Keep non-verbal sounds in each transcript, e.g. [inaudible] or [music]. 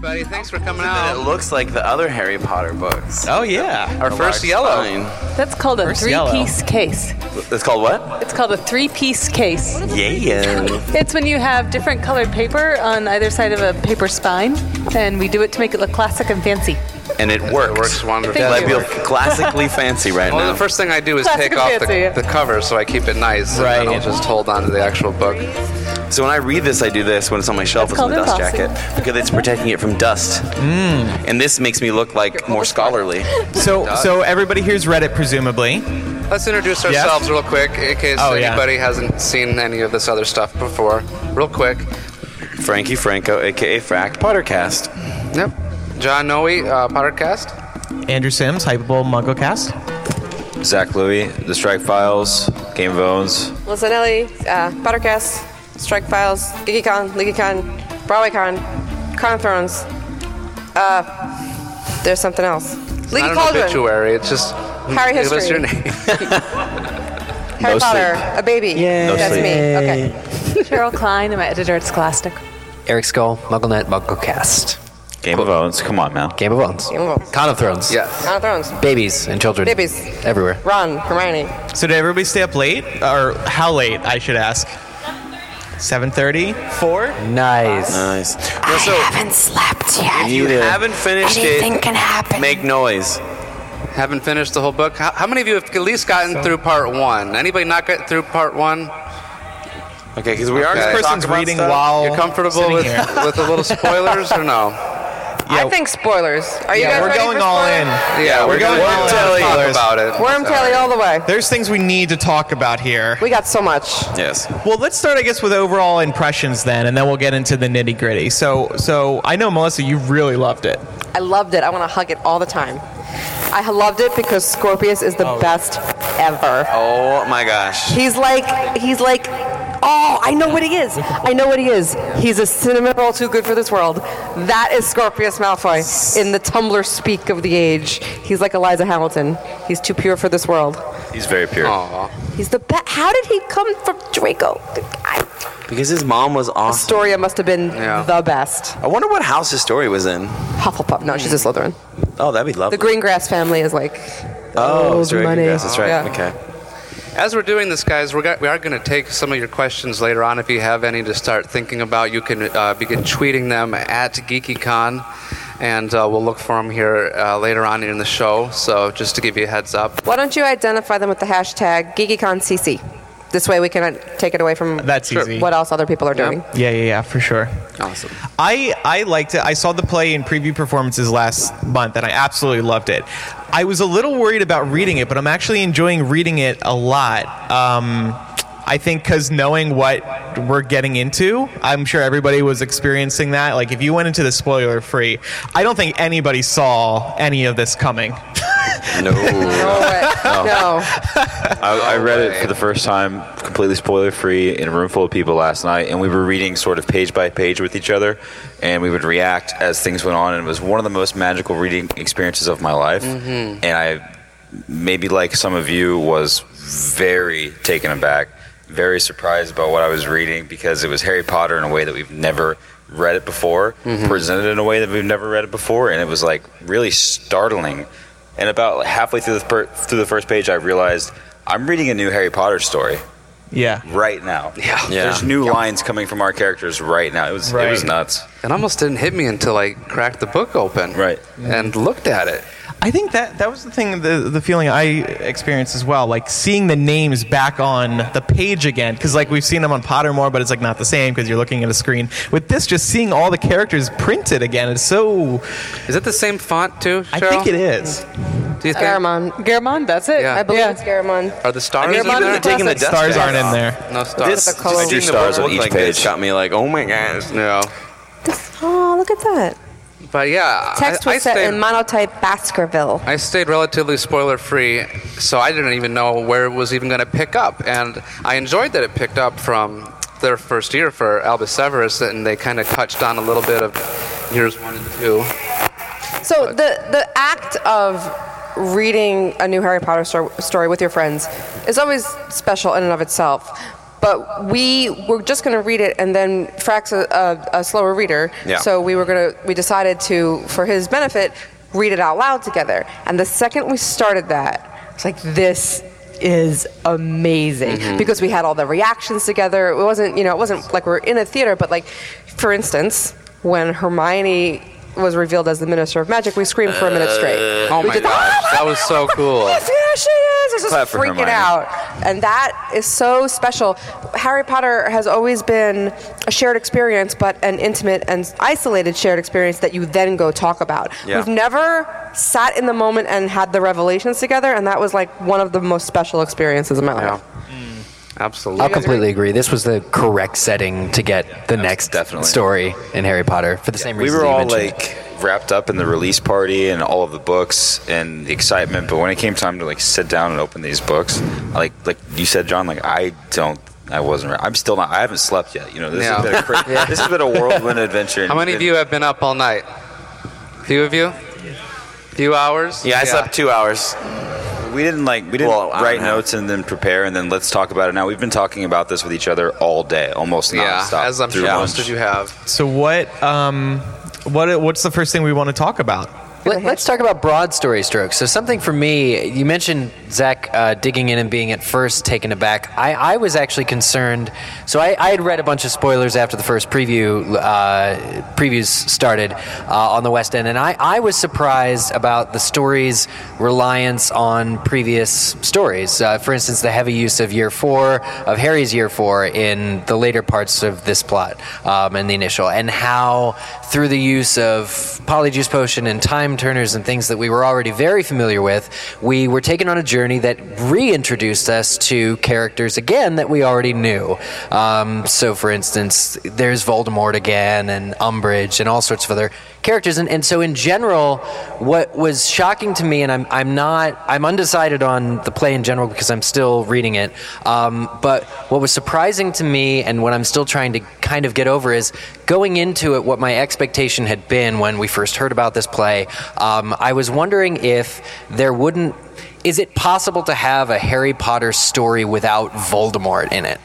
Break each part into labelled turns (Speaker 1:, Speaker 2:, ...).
Speaker 1: buddy. Thanks for coming
Speaker 2: It
Speaker 1: out.
Speaker 2: looks like the other Harry Potter books.
Speaker 3: Oh yeah.
Speaker 2: Our
Speaker 3: A
Speaker 2: first
Speaker 3: large
Speaker 2: yellow.
Speaker 3: spine.
Speaker 4: That's called a
Speaker 3: First
Speaker 4: three
Speaker 3: yellow.
Speaker 4: piece case.
Speaker 2: It's called what?
Speaker 4: It's called a three piece case.
Speaker 2: Yeah.
Speaker 4: It's when you have different colored paper on either side of a paper spine, and we do it to make it look classic and fancy.
Speaker 2: [laughs] and it works.
Speaker 1: It works wonderful.
Speaker 4: Thank
Speaker 2: I
Speaker 4: you.
Speaker 2: feel [laughs] classically fancy right
Speaker 1: Well,
Speaker 2: now.
Speaker 1: the first thing I do is
Speaker 4: Classic
Speaker 1: take off
Speaker 4: fancy,
Speaker 1: the,
Speaker 4: yeah.
Speaker 1: the cover so I keep it nice. And then
Speaker 3: Right.
Speaker 1: I'll just hold on to the actual book.
Speaker 2: so when I read this, I do this. When it's on my shelf, it's in the
Speaker 4: called
Speaker 2: dust
Speaker 4: embossing.
Speaker 2: jacket because it's protecting it from dust. And this makes me look like more scholarly.
Speaker 3: So so everybody here's read it presumably.
Speaker 1: Let's introduce ourselves real quick in case
Speaker 3: Oh, yeah.
Speaker 1: anybody hasn't seen any of this other stuff before. Real quick.
Speaker 2: Frankie Franco, aka Frack Pottercast.
Speaker 1: Yep. John Noe, uh, Pottercast.
Speaker 3: Andrew Sims, Hyperbole MuggleCast.
Speaker 5: Zach Louie, The Strike Files, Game of Bones.
Speaker 6: Melissa Nelly, uh, Buttercast, Strike Files, GeekyCon, LeakyCon, BroadwayCon, Con of Thrones. Uh, there's something else. Leaky
Speaker 1: Not an
Speaker 6: Cauldron,
Speaker 1: obituary. It's just
Speaker 6: Harry
Speaker 1: give us
Speaker 6: history.
Speaker 1: your name. [laughs]
Speaker 6: Harry
Speaker 5: No
Speaker 6: Potter, a baby.
Speaker 5: No
Speaker 6: That's
Speaker 5: sleep.
Speaker 6: me. Okay.
Speaker 4: Cheryl Klein, I'm an editor at Scholastic.
Speaker 7: Eric Skull, MuggleNet, MuggleCast,
Speaker 5: Game of Bones. Come on, man.
Speaker 7: Game of Bones,
Speaker 6: Game of Bones.
Speaker 7: Con of Thrones,
Speaker 1: Yeah.
Speaker 6: Con of Thrones,
Speaker 7: babies and children,
Speaker 6: Babies.
Speaker 7: everywhere.
Speaker 6: Ron, Hermione.
Speaker 3: So did everybody stay up late, or how late? I should ask. Seven thirty. Four.
Speaker 7: Nice.
Speaker 6: Uh,
Speaker 2: Nice. No, so
Speaker 8: haven't slept yet.
Speaker 2: if you haven't finished
Speaker 8: Anything
Speaker 2: it,
Speaker 8: can happen.
Speaker 2: make noise.
Speaker 1: Haven't finished the whole book. How, how many of you have at least gotten through part one? Anybody not get through part one?
Speaker 2: Okay, because we are
Speaker 1: Okay.
Speaker 2: going to
Speaker 1: This
Speaker 2: talk
Speaker 3: person's
Speaker 2: about
Speaker 3: reading
Speaker 2: stuff.
Speaker 3: while
Speaker 1: You're comfortable
Speaker 3: sitting
Speaker 1: with,
Speaker 3: here.
Speaker 1: [laughs] with the little spoilers or no?
Speaker 3: Yeah,
Speaker 6: I think spoilers. Are you
Speaker 3: yeah,
Speaker 6: guys
Speaker 3: we're
Speaker 6: ready
Speaker 3: going
Speaker 6: for
Speaker 3: all
Speaker 6: spoilers?
Speaker 3: in.
Speaker 1: Yeah,
Speaker 3: we're going
Speaker 1: gonna
Speaker 3: all
Speaker 1: talk
Speaker 3: in. Spoilers.
Speaker 1: about it.
Speaker 6: Worm Kelly all the way.
Speaker 3: There's things we need to talk about here.
Speaker 6: We got so much.
Speaker 2: Yes.
Speaker 3: Well, let's start, I guess, with overall impressions then, and then we'll get into the nitty gritty. So, so I know Melissa, you really loved it.
Speaker 6: I loved it. I want to hug it all the time. I loved it because Scorpius is
Speaker 3: Oh.
Speaker 6: the best ever.
Speaker 2: Oh my gosh.
Speaker 6: He's like, he's like, oh, I know what he is. I know what he is. He's a cinnamon roll too good for this world. That is Scorpius Malfoy in the Tumblr speak of the age. He's like Eliza Hamilton. He's too pure for this world.
Speaker 5: He's very pure.
Speaker 6: He's the best. How did he come from Draco? I,
Speaker 2: Because his mom was awesome.
Speaker 6: Astoria must have been the best.
Speaker 2: I wonder what house his story was in.
Speaker 6: Hufflepuff. No, she's a Slytherin.
Speaker 2: Oh, that'd be lovely.
Speaker 6: The Greengrass family is like,
Speaker 2: oh, it's very
Speaker 6: money.
Speaker 2: congrats, That's right.
Speaker 6: Yeah.
Speaker 2: Okay.
Speaker 1: As we're doing this, guys, we're got, we are going to take some of your questions later on. If you have any to start thinking about, you can uh, begin tweeting them at GeekyCon, and uh, we'll look for them here uh, later on in the show. So just to give you a heads up.
Speaker 6: why don't you identify them with the hashtag GeekyConCC? This way we can uh, take it away from
Speaker 3: That's Sure. easy.
Speaker 6: what else other people are doing.
Speaker 3: Yeah, yeah, yeah, for sure.
Speaker 1: Awesome.
Speaker 3: I, I liked it. I saw the play in preview performances last month, and I absolutely loved it. I was a little worried about reading it, but I'm actually enjoying reading it a lot. Um, I think because knowing what we're getting into, I'm sure everybody was experiencing that. Like, if you went into the spoiler free, I don't think anybody saw any of this coming.
Speaker 2: [laughs] No.
Speaker 6: Oh, wait. [laughs] no.
Speaker 5: I, I read it for the first time, completely spoiler free, in a room full of people last night, and we were reading sort of page by page with each other, and we would react as things went on, and it was one of the most magical reading experiences of my life, and I maybe like some of you was very taken aback, very surprised by what I was reading because it was Harry Potter in a way that we've never read it before, presented in a way that we've never read it before, and it was like really startling. And about halfway through the per- through the first page, I realized I'm reading a new Harry Potter story
Speaker 3: Yeah.
Speaker 5: right now. Yeah, there's new lines coming from our characters right now. It was it was
Speaker 3: Right.
Speaker 5: nuts.
Speaker 1: It almost didn't hit me until I cracked the book open.
Speaker 5: Right.
Speaker 1: And looked at it.
Speaker 3: I think that that was the thing, the, the feeling I experienced as well, like seeing the names back on the page again, because like we've seen them on Pottermore, but it's like not the same because you're looking at a screen. With this, just seeing all the characters printed again, it's so.
Speaker 1: Is it the same font too? Cheryl?
Speaker 3: I think it is.
Speaker 1: Do you think?
Speaker 6: Garamond.
Speaker 4: Garamond, that's it.
Speaker 1: Yeah.
Speaker 6: I believe
Speaker 4: Yeah.
Speaker 6: it's Garamond.
Speaker 1: Are the stars
Speaker 2: Even
Speaker 1: in there?
Speaker 2: if taking the
Speaker 6: classic.
Speaker 2: dust
Speaker 3: Stars
Speaker 2: jacket
Speaker 3: aren't in
Speaker 2: off.
Speaker 3: there.
Speaker 1: no
Speaker 2: This
Speaker 1: stars.
Speaker 6: With the color.
Speaker 2: just seeing
Speaker 5: Two
Speaker 2: the book
Speaker 5: stars on
Speaker 2: look
Speaker 5: each
Speaker 2: like this
Speaker 5: page.
Speaker 2: got me like, oh my gosh.
Speaker 1: no.
Speaker 6: Oh, look at that.
Speaker 1: But yeah,
Speaker 6: Text
Speaker 1: I,
Speaker 6: was
Speaker 1: I
Speaker 6: set
Speaker 1: stayed,
Speaker 6: in monotype Baskerville.
Speaker 1: I stayed relatively spoiler free, so I didn't even know where it was even going to pick up. And I enjoyed that it picked up from their first year for Albus Severus, and they kind of touched on a little bit of years one and two.
Speaker 6: So the the act of reading a new Harry Potter stor- story with your friends is always special in and of itself. but we were just going to read it, and then Frack's a, a, a slower reader,
Speaker 5: Yeah.
Speaker 6: so we were going to we decided to, for his benefit, read it out loud together. And the second we started that, it's like this is amazing because we had all the reactions together. It wasn't you know it wasn't like we're in a theater, but like for instance, when Hermione was revealed as the Minister of Magic, we screamed for a minute straight.
Speaker 1: Oh
Speaker 6: we
Speaker 1: my
Speaker 6: did-
Speaker 1: gosh, that was so
Speaker 6: [laughs]
Speaker 1: cool.
Speaker 6: Yes, yeah, she is. It's just
Speaker 5: Clap for
Speaker 6: freaking
Speaker 5: Hermione.
Speaker 6: out. And that is so special. Harry Potter has always been a shared experience, but an intimate and isolated shared experience that you then go talk about.
Speaker 5: Yeah.
Speaker 6: We've never sat in the moment and had the revelations together, and that was like one of the most special experiences of my
Speaker 1: Yeah.
Speaker 6: life. Hmm.
Speaker 1: Absolutely.
Speaker 7: I'll completely agree. This was the correct setting to get the next
Speaker 5: definitely.
Speaker 7: story in Harry Potter for the same
Speaker 5: we
Speaker 7: reason
Speaker 5: were
Speaker 7: that you
Speaker 5: all
Speaker 7: mentioned.
Speaker 5: like wrapped up in the release party and all of the books and the excitement but when it came time to like sit down and open these books like like you said john like i don't i wasn't re- i'm still not i haven't slept yet you know this,
Speaker 1: [laughs] Yeah.
Speaker 5: has, been a cra- this has been a whirlwind adventure
Speaker 1: How many of you have been up all night? Few of you? Few hours?
Speaker 2: Yeah, I slept two hours.
Speaker 5: we didn't like we didn't
Speaker 2: Well, I don't
Speaker 5: write
Speaker 2: know.
Speaker 5: notes and then prepare and then let's talk about it now we've been talking about this with each other all day almost
Speaker 1: Yeah,
Speaker 5: nonstop
Speaker 1: as I'm
Speaker 5: through
Speaker 1: sure
Speaker 5: lunch.
Speaker 1: most of you have.
Speaker 3: So what? Um, what? What's the first thing we want to talk about?
Speaker 7: Let, us talk about broad story strokes. So something for me, you mentioned Zach uh, digging in and being at first taken aback. I, I was actually concerned. So I, I had read a bunch of spoilers after the first preview uh, previews started uh, on the West End, and I, I was surprised about the story's reliance on previous stories. Uh, for instance, the heavy use of year four of Harry's year four in the later parts of this plot um, and the initial, and how through the use of polyjuice potion and time turners and things that we were already very familiar with, we were taken on a journey that reintroduced us to characters again that we already knew. Um, so, for instance, there's Voldemort again, and Umbridge, and all sorts of other characters. And, and so, in general, what was shocking to me, and I'm, I'm not, I'm undecided on the play in general because I'm still reading it. Um, but what was surprising to me, and what I'm still trying to kind of get over, is going into it, what my expectation had been when we first heard about this play. Um, I was wondering if there wouldn't, is it possible to have a Harry Potter story without Voldemort in it?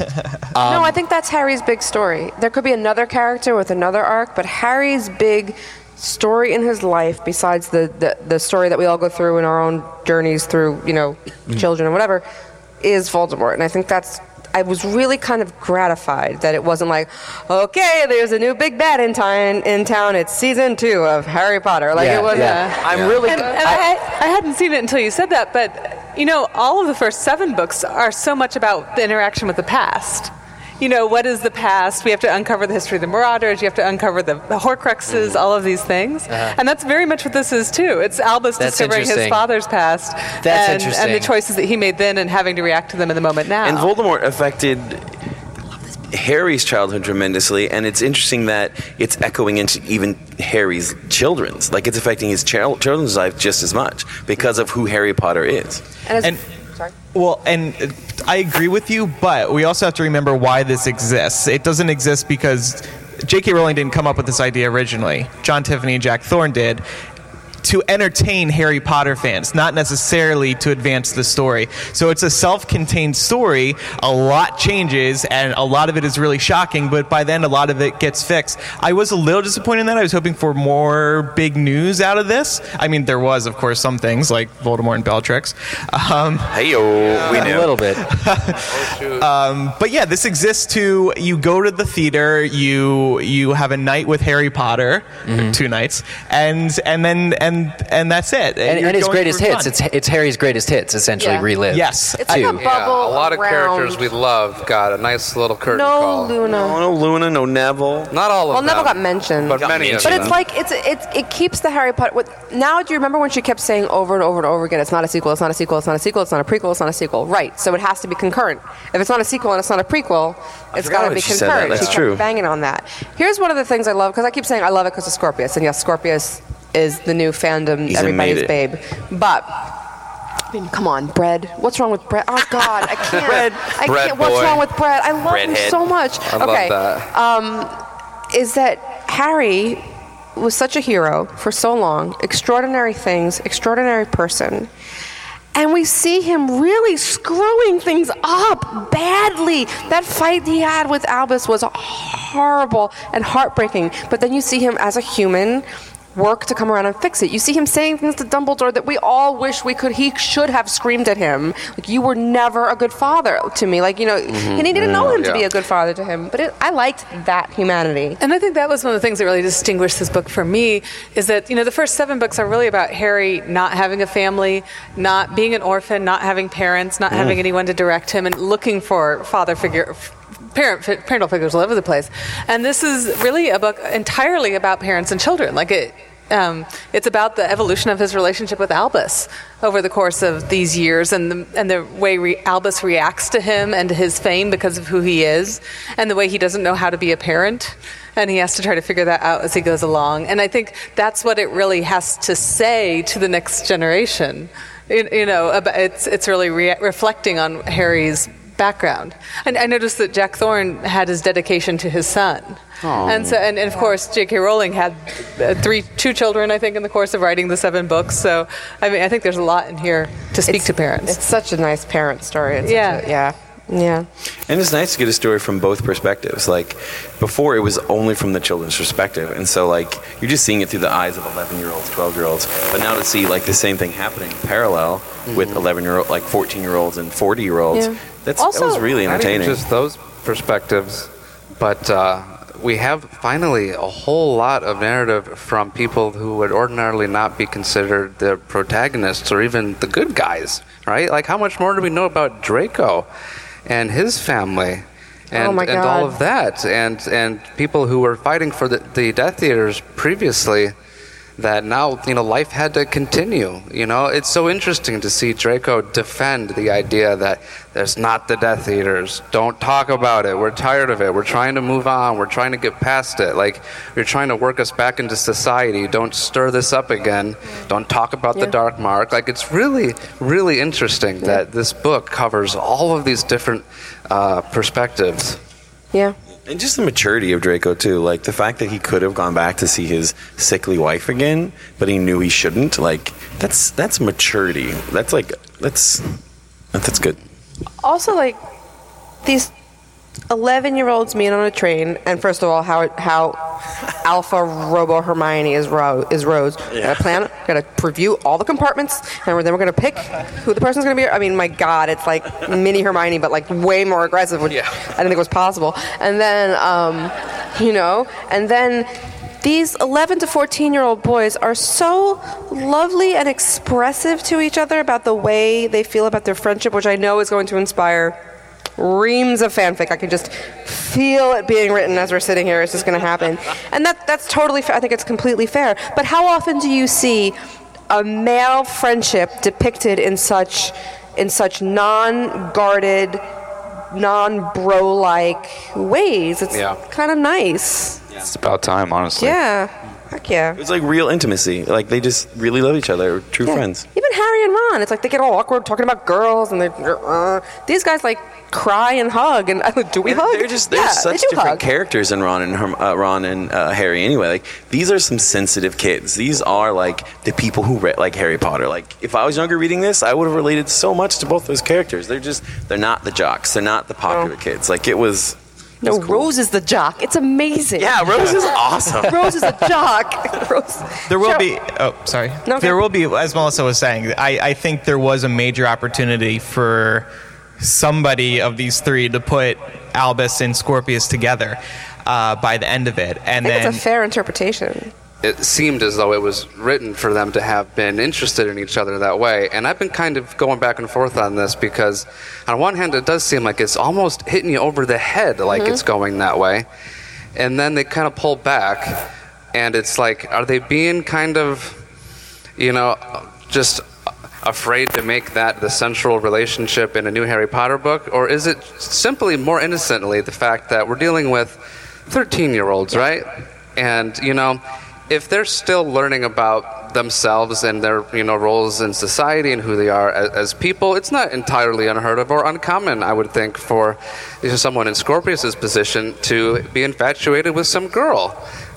Speaker 6: no, I think that's Harry's big story. There could be another character with another arc, but Harry's big story in his life, besides the, the, the story that we all go through in our own journeys through, you know, children and whatever, is Voldemort. And I think that's. I was really kind of gratified that it wasn't like, okay, there's a new big bad in town. In town, it's season two of Harry Potter. Like it was. uh,
Speaker 7: I'm really.
Speaker 4: And, and I, I hadn't seen it until you said that, but you know, all of the first seven books are so much about the interaction with the past. You know, what is the past? We have to uncover the history of the Marauders. You have to uncover the, the Horcruxes,
Speaker 7: Mm.
Speaker 4: all of these things, and that's very much what this is too. It's Albus
Speaker 7: Uh-huh. That's
Speaker 4: discovering his
Speaker 7: interesting.
Speaker 4: father's past and,
Speaker 7: That's
Speaker 4: and
Speaker 7: interesting.
Speaker 4: the choices that he made then, and having to react to them in the moment now.
Speaker 2: And Voldemort affected Harry's childhood tremendously, and it's interesting that it's echoing into even Harry's children's. Like it's affecting his chil- children's life just as much because of who Harry Potter is.
Speaker 6: And, as,
Speaker 3: And-
Speaker 6: sorry.
Speaker 3: Well, and uh, I agree with you, but we also have to remember why this exists. It doesn't exist because J.K. Rowling didn't come up with this idea originally. John Tiffany and Jack Thorne did to entertain Harry Potter fans, not necessarily to advance the story. So it's a self-contained story. A lot changes, and a lot of it is really shocking. But by then, a lot of it gets fixed. I was a little disappointed in that. I was hoping for more big news out of this. I mean, there was, of course, some things like Voldemort and Bellatrix. Um,
Speaker 5: hey yo we
Speaker 7: a
Speaker 5: knew
Speaker 7: little bit.
Speaker 3: but yeah, this exists to you go to the theater, you you have a night with Harry Potter,
Speaker 7: Mm-hmm.
Speaker 3: two nights, and and then and and that's it.
Speaker 7: And,
Speaker 3: You're
Speaker 7: and his
Speaker 3: going
Speaker 7: greatest
Speaker 3: for
Speaker 7: hits.
Speaker 3: fun.
Speaker 7: It's it's Harry's greatest hits essentially
Speaker 6: Yeah.
Speaker 7: relived.
Speaker 3: Yes.
Speaker 6: It's like a
Speaker 7: Two.
Speaker 6: bubble.
Speaker 1: Yeah, a lot of characters
Speaker 6: around-
Speaker 1: we love got a nice little curtain
Speaker 6: No,
Speaker 1: call.
Speaker 6: Luna.
Speaker 2: Oh, no Luna, no Neville.
Speaker 1: Not all of
Speaker 6: Well,
Speaker 1: them.
Speaker 6: Neville got mentioned.
Speaker 1: But many of
Speaker 6: But
Speaker 1: them.
Speaker 6: it's like it's it's it keeps the Harry Potter. What, now, do you remember when she kept saying over and over and over again, "It's not a sequel. It's not a sequel. It's not a sequel. It's not a prequel. It's not a sequel." Right. So it has to be concurrent. If it's not a sequel and it's not a prequel, it's
Speaker 2: forgot
Speaker 6: got to
Speaker 2: that
Speaker 6: be
Speaker 2: she said that.
Speaker 6: concurrent.
Speaker 2: That's
Speaker 6: She kept
Speaker 2: true.
Speaker 6: Banging on that. Here's one of the things I love because I keep saying I love it because of Scorpius, and yes, Scorpius is the new fandom,
Speaker 2: He's a made it.
Speaker 6: everybody's babe. But. I mean, come on, bread. What's wrong with bread? Oh God,
Speaker 1: [laughs]
Speaker 6: I can't. bread. I
Speaker 1: Bread
Speaker 6: can't. What's
Speaker 1: boy.
Speaker 6: wrong with bread? I love him
Speaker 2: Breadhead.
Speaker 6: so much.
Speaker 1: I love
Speaker 6: okay
Speaker 1: that.
Speaker 6: is that Harry was such a hero for so long, extraordinary things, extraordinary person. and we see him really screwing things up badly. That fight he had with Albus was horrible and heartbreaking. But then you see him as a human work to come around and fix it. You see him saying things to Dumbledore that we all wish we could he should have screamed at him. Like you were never a good father to me. Like, you know, and he didn't know him to be
Speaker 1: Mm-hmm. Yeah.
Speaker 6: a good father to him. But it, I liked that humanity.
Speaker 4: And I think that was one of the things that really distinguished this book from me is that, you know, the first seven books are really about Harry not having a family, not being an orphan, not having parents, not having anyone to direct him, and looking for father figure. Parent, fi- parental figures all over the place, and this is really a book entirely about parents and children. Like it, um, it's about the evolution of his relationship with Albus over the course of these years, and the, and the way re- Albus reacts to him and to his fame because of who he is, and the way he doesn't know how to be a parent, and he has to try to figure that out as he goes along. And I think that's what it really has to say to the next generation. You, you know, about, it's it's really re- reflecting on Harry's background. And I noticed that Jack Thorne had his dedication to his son. And so, and, and of course, J.K. Rowling had uh, three, two children, I think, in the course of writing the seven books. So, I mean, I think there's a lot in here to speak to parents.
Speaker 6: It's such a nice parent story. It's such
Speaker 4: Yeah.
Speaker 6: a- yeah. Yeah.
Speaker 2: And it's nice to get a story from both perspectives. Like before, it was only from the children's perspective, and so like you're just seeing it through the eyes of 11 year olds, 12 year olds. But now to see like the same thing happening parallel with 11 year old, like 14 year olds and 40 year olds,
Speaker 6: Mm-hmm. Yeah.
Speaker 2: that's that
Speaker 6: Also-
Speaker 2: was really
Speaker 1: Not even
Speaker 2: entertaining.
Speaker 1: just those perspectives, but uh, we have finally a whole lot of narrative from people who would ordinarily not be considered the protagonists or even the good guys, right? Like, how much more do we know about Draco and his family? And,
Speaker 6: Oh my
Speaker 1: and all
Speaker 6: God.
Speaker 1: of that, and and people who were fighting for the, the Death Eaters previously, that now you know life had to continue you know it's so interesting to see draco defend the idea that there's not the death eaters don't talk about it we're tired of it we're trying to move on we're trying to get past it like you're trying to work us back into society don't stir this up again don't talk about the dark mark like it's really really interesting that this book covers all of these different uh, perspectives
Speaker 6: Yeah.
Speaker 2: And just the maturity of Draco too, like the fact that he could have gone back to see his sickly wife again, but he knew he shouldn't. Like that's that's maturity. That's like that's that's good.
Speaker 6: also like these 11 year olds meet on a train and first of all how how alpha robo hermione is ro- is rose we're gonna plan we're gonna preview all the compartments and we're, then we're gonna pick who the person's gonna be i mean my god it's like mini hermione but like way more aggressive which i didn't think was possible and then um, you know and then these 11 to 14 year old boys are so lovely and expressive to each other about the way they feel about their friendship, which I know is going to inspire reams of fanfic. I can just feel it being written as we're sitting here. It's just going to happen. And that, that's totally fair. I think it's completely fair. But how often do you see a male friendship depicted in such, in such non guarded, non bro like ways? It's
Speaker 1: Yeah.
Speaker 6: kind of nice.
Speaker 5: It's about time, honestly. [laughs]
Speaker 6: Yeah. Heck yeah.
Speaker 2: It's like real intimacy. Like they just really love each other, true
Speaker 6: Yeah.
Speaker 2: friends.
Speaker 6: Even Harry and Ron, it's like they get all awkward talking about girls, and they're uh, these guys like cry and hug, and [laughs] do we hug?
Speaker 2: They're just they're
Speaker 6: yeah,
Speaker 2: such
Speaker 6: they do
Speaker 2: different
Speaker 6: hug.
Speaker 2: characters in Ron and Herm- uh, Ron and uh, Harry. Anyway, like these are some sensitive kids. These are like the people who read like Harry Potter. Like if I was younger reading this, I would have related so much to both those characters. They're just they're not the jocks. They're not the popular kids. Like it was. it
Speaker 6: No,
Speaker 2: was cool.
Speaker 6: Rose is the jock. It's amazing.
Speaker 2: Yeah, Rose [laughs] is awesome.
Speaker 6: Rose is a jock. [laughs] Rose.
Speaker 3: There will
Speaker 6: Cheryl-
Speaker 3: be. Oh, sorry.
Speaker 6: No, okay.
Speaker 3: There will be, as Melissa was saying. I, I think there was a major opportunity for somebody of these three to put Albus and Scorpius together uh, by the end of it, and
Speaker 6: I think
Speaker 3: then
Speaker 6: it's a fair interpretation.
Speaker 1: it seemed as though it was written for them to have been interested in each other that way. And I've been kind of going back and forth on this because, on one hand, it does seem like it's almost hitting you over the head, like it's going that way. And then they kind of pull back, and it's like, are they being kind of, you know, just afraid to make that the central relationship in a new Harry Potter book? Or is it simply more innocently the fact that we're dealing with 13 year olds, right? And, you know, if they're still learning about themselves and their you know roles in society and who they are as, as people it's not entirely unheard of or uncommon i would think for you know, someone in scorpius's position to be infatuated with some girl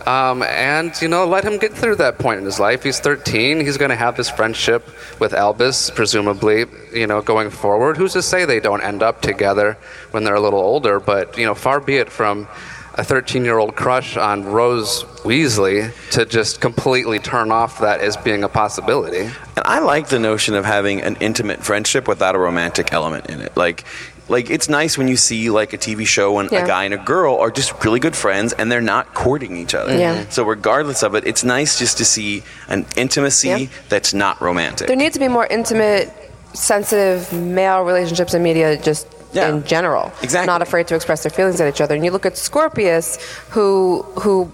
Speaker 1: Um, and, you know, let him get through that point in his life. He's 13. He's going to have this friendship with Albus, presumably, you know, going forward. Who's to say they don't end up together when they're a little older? But, you know, far be it from a 13 year old crush on Rose Weasley to just completely turn off that as being a possibility.
Speaker 2: And I like the notion of having an intimate friendship without a romantic element in it. Like, like it's nice when you see like a TV show when
Speaker 6: Yeah.
Speaker 2: a guy and a girl are just really good friends and they're not courting each other.
Speaker 6: Yeah.
Speaker 2: So regardless of it, it's nice just to see an intimacy
Speaker 6: Yeah.
Speaker 2: that's not romantic.
Speaker 6: There needs to be more intimate, sensitive male relationships in media just
Speaker 2: Yeah.
Speaker 6: in general.
Speaker 2: Exactly.
Speaker 6: Not afraid to express their feelings at each other. And you look at Scorpius, who who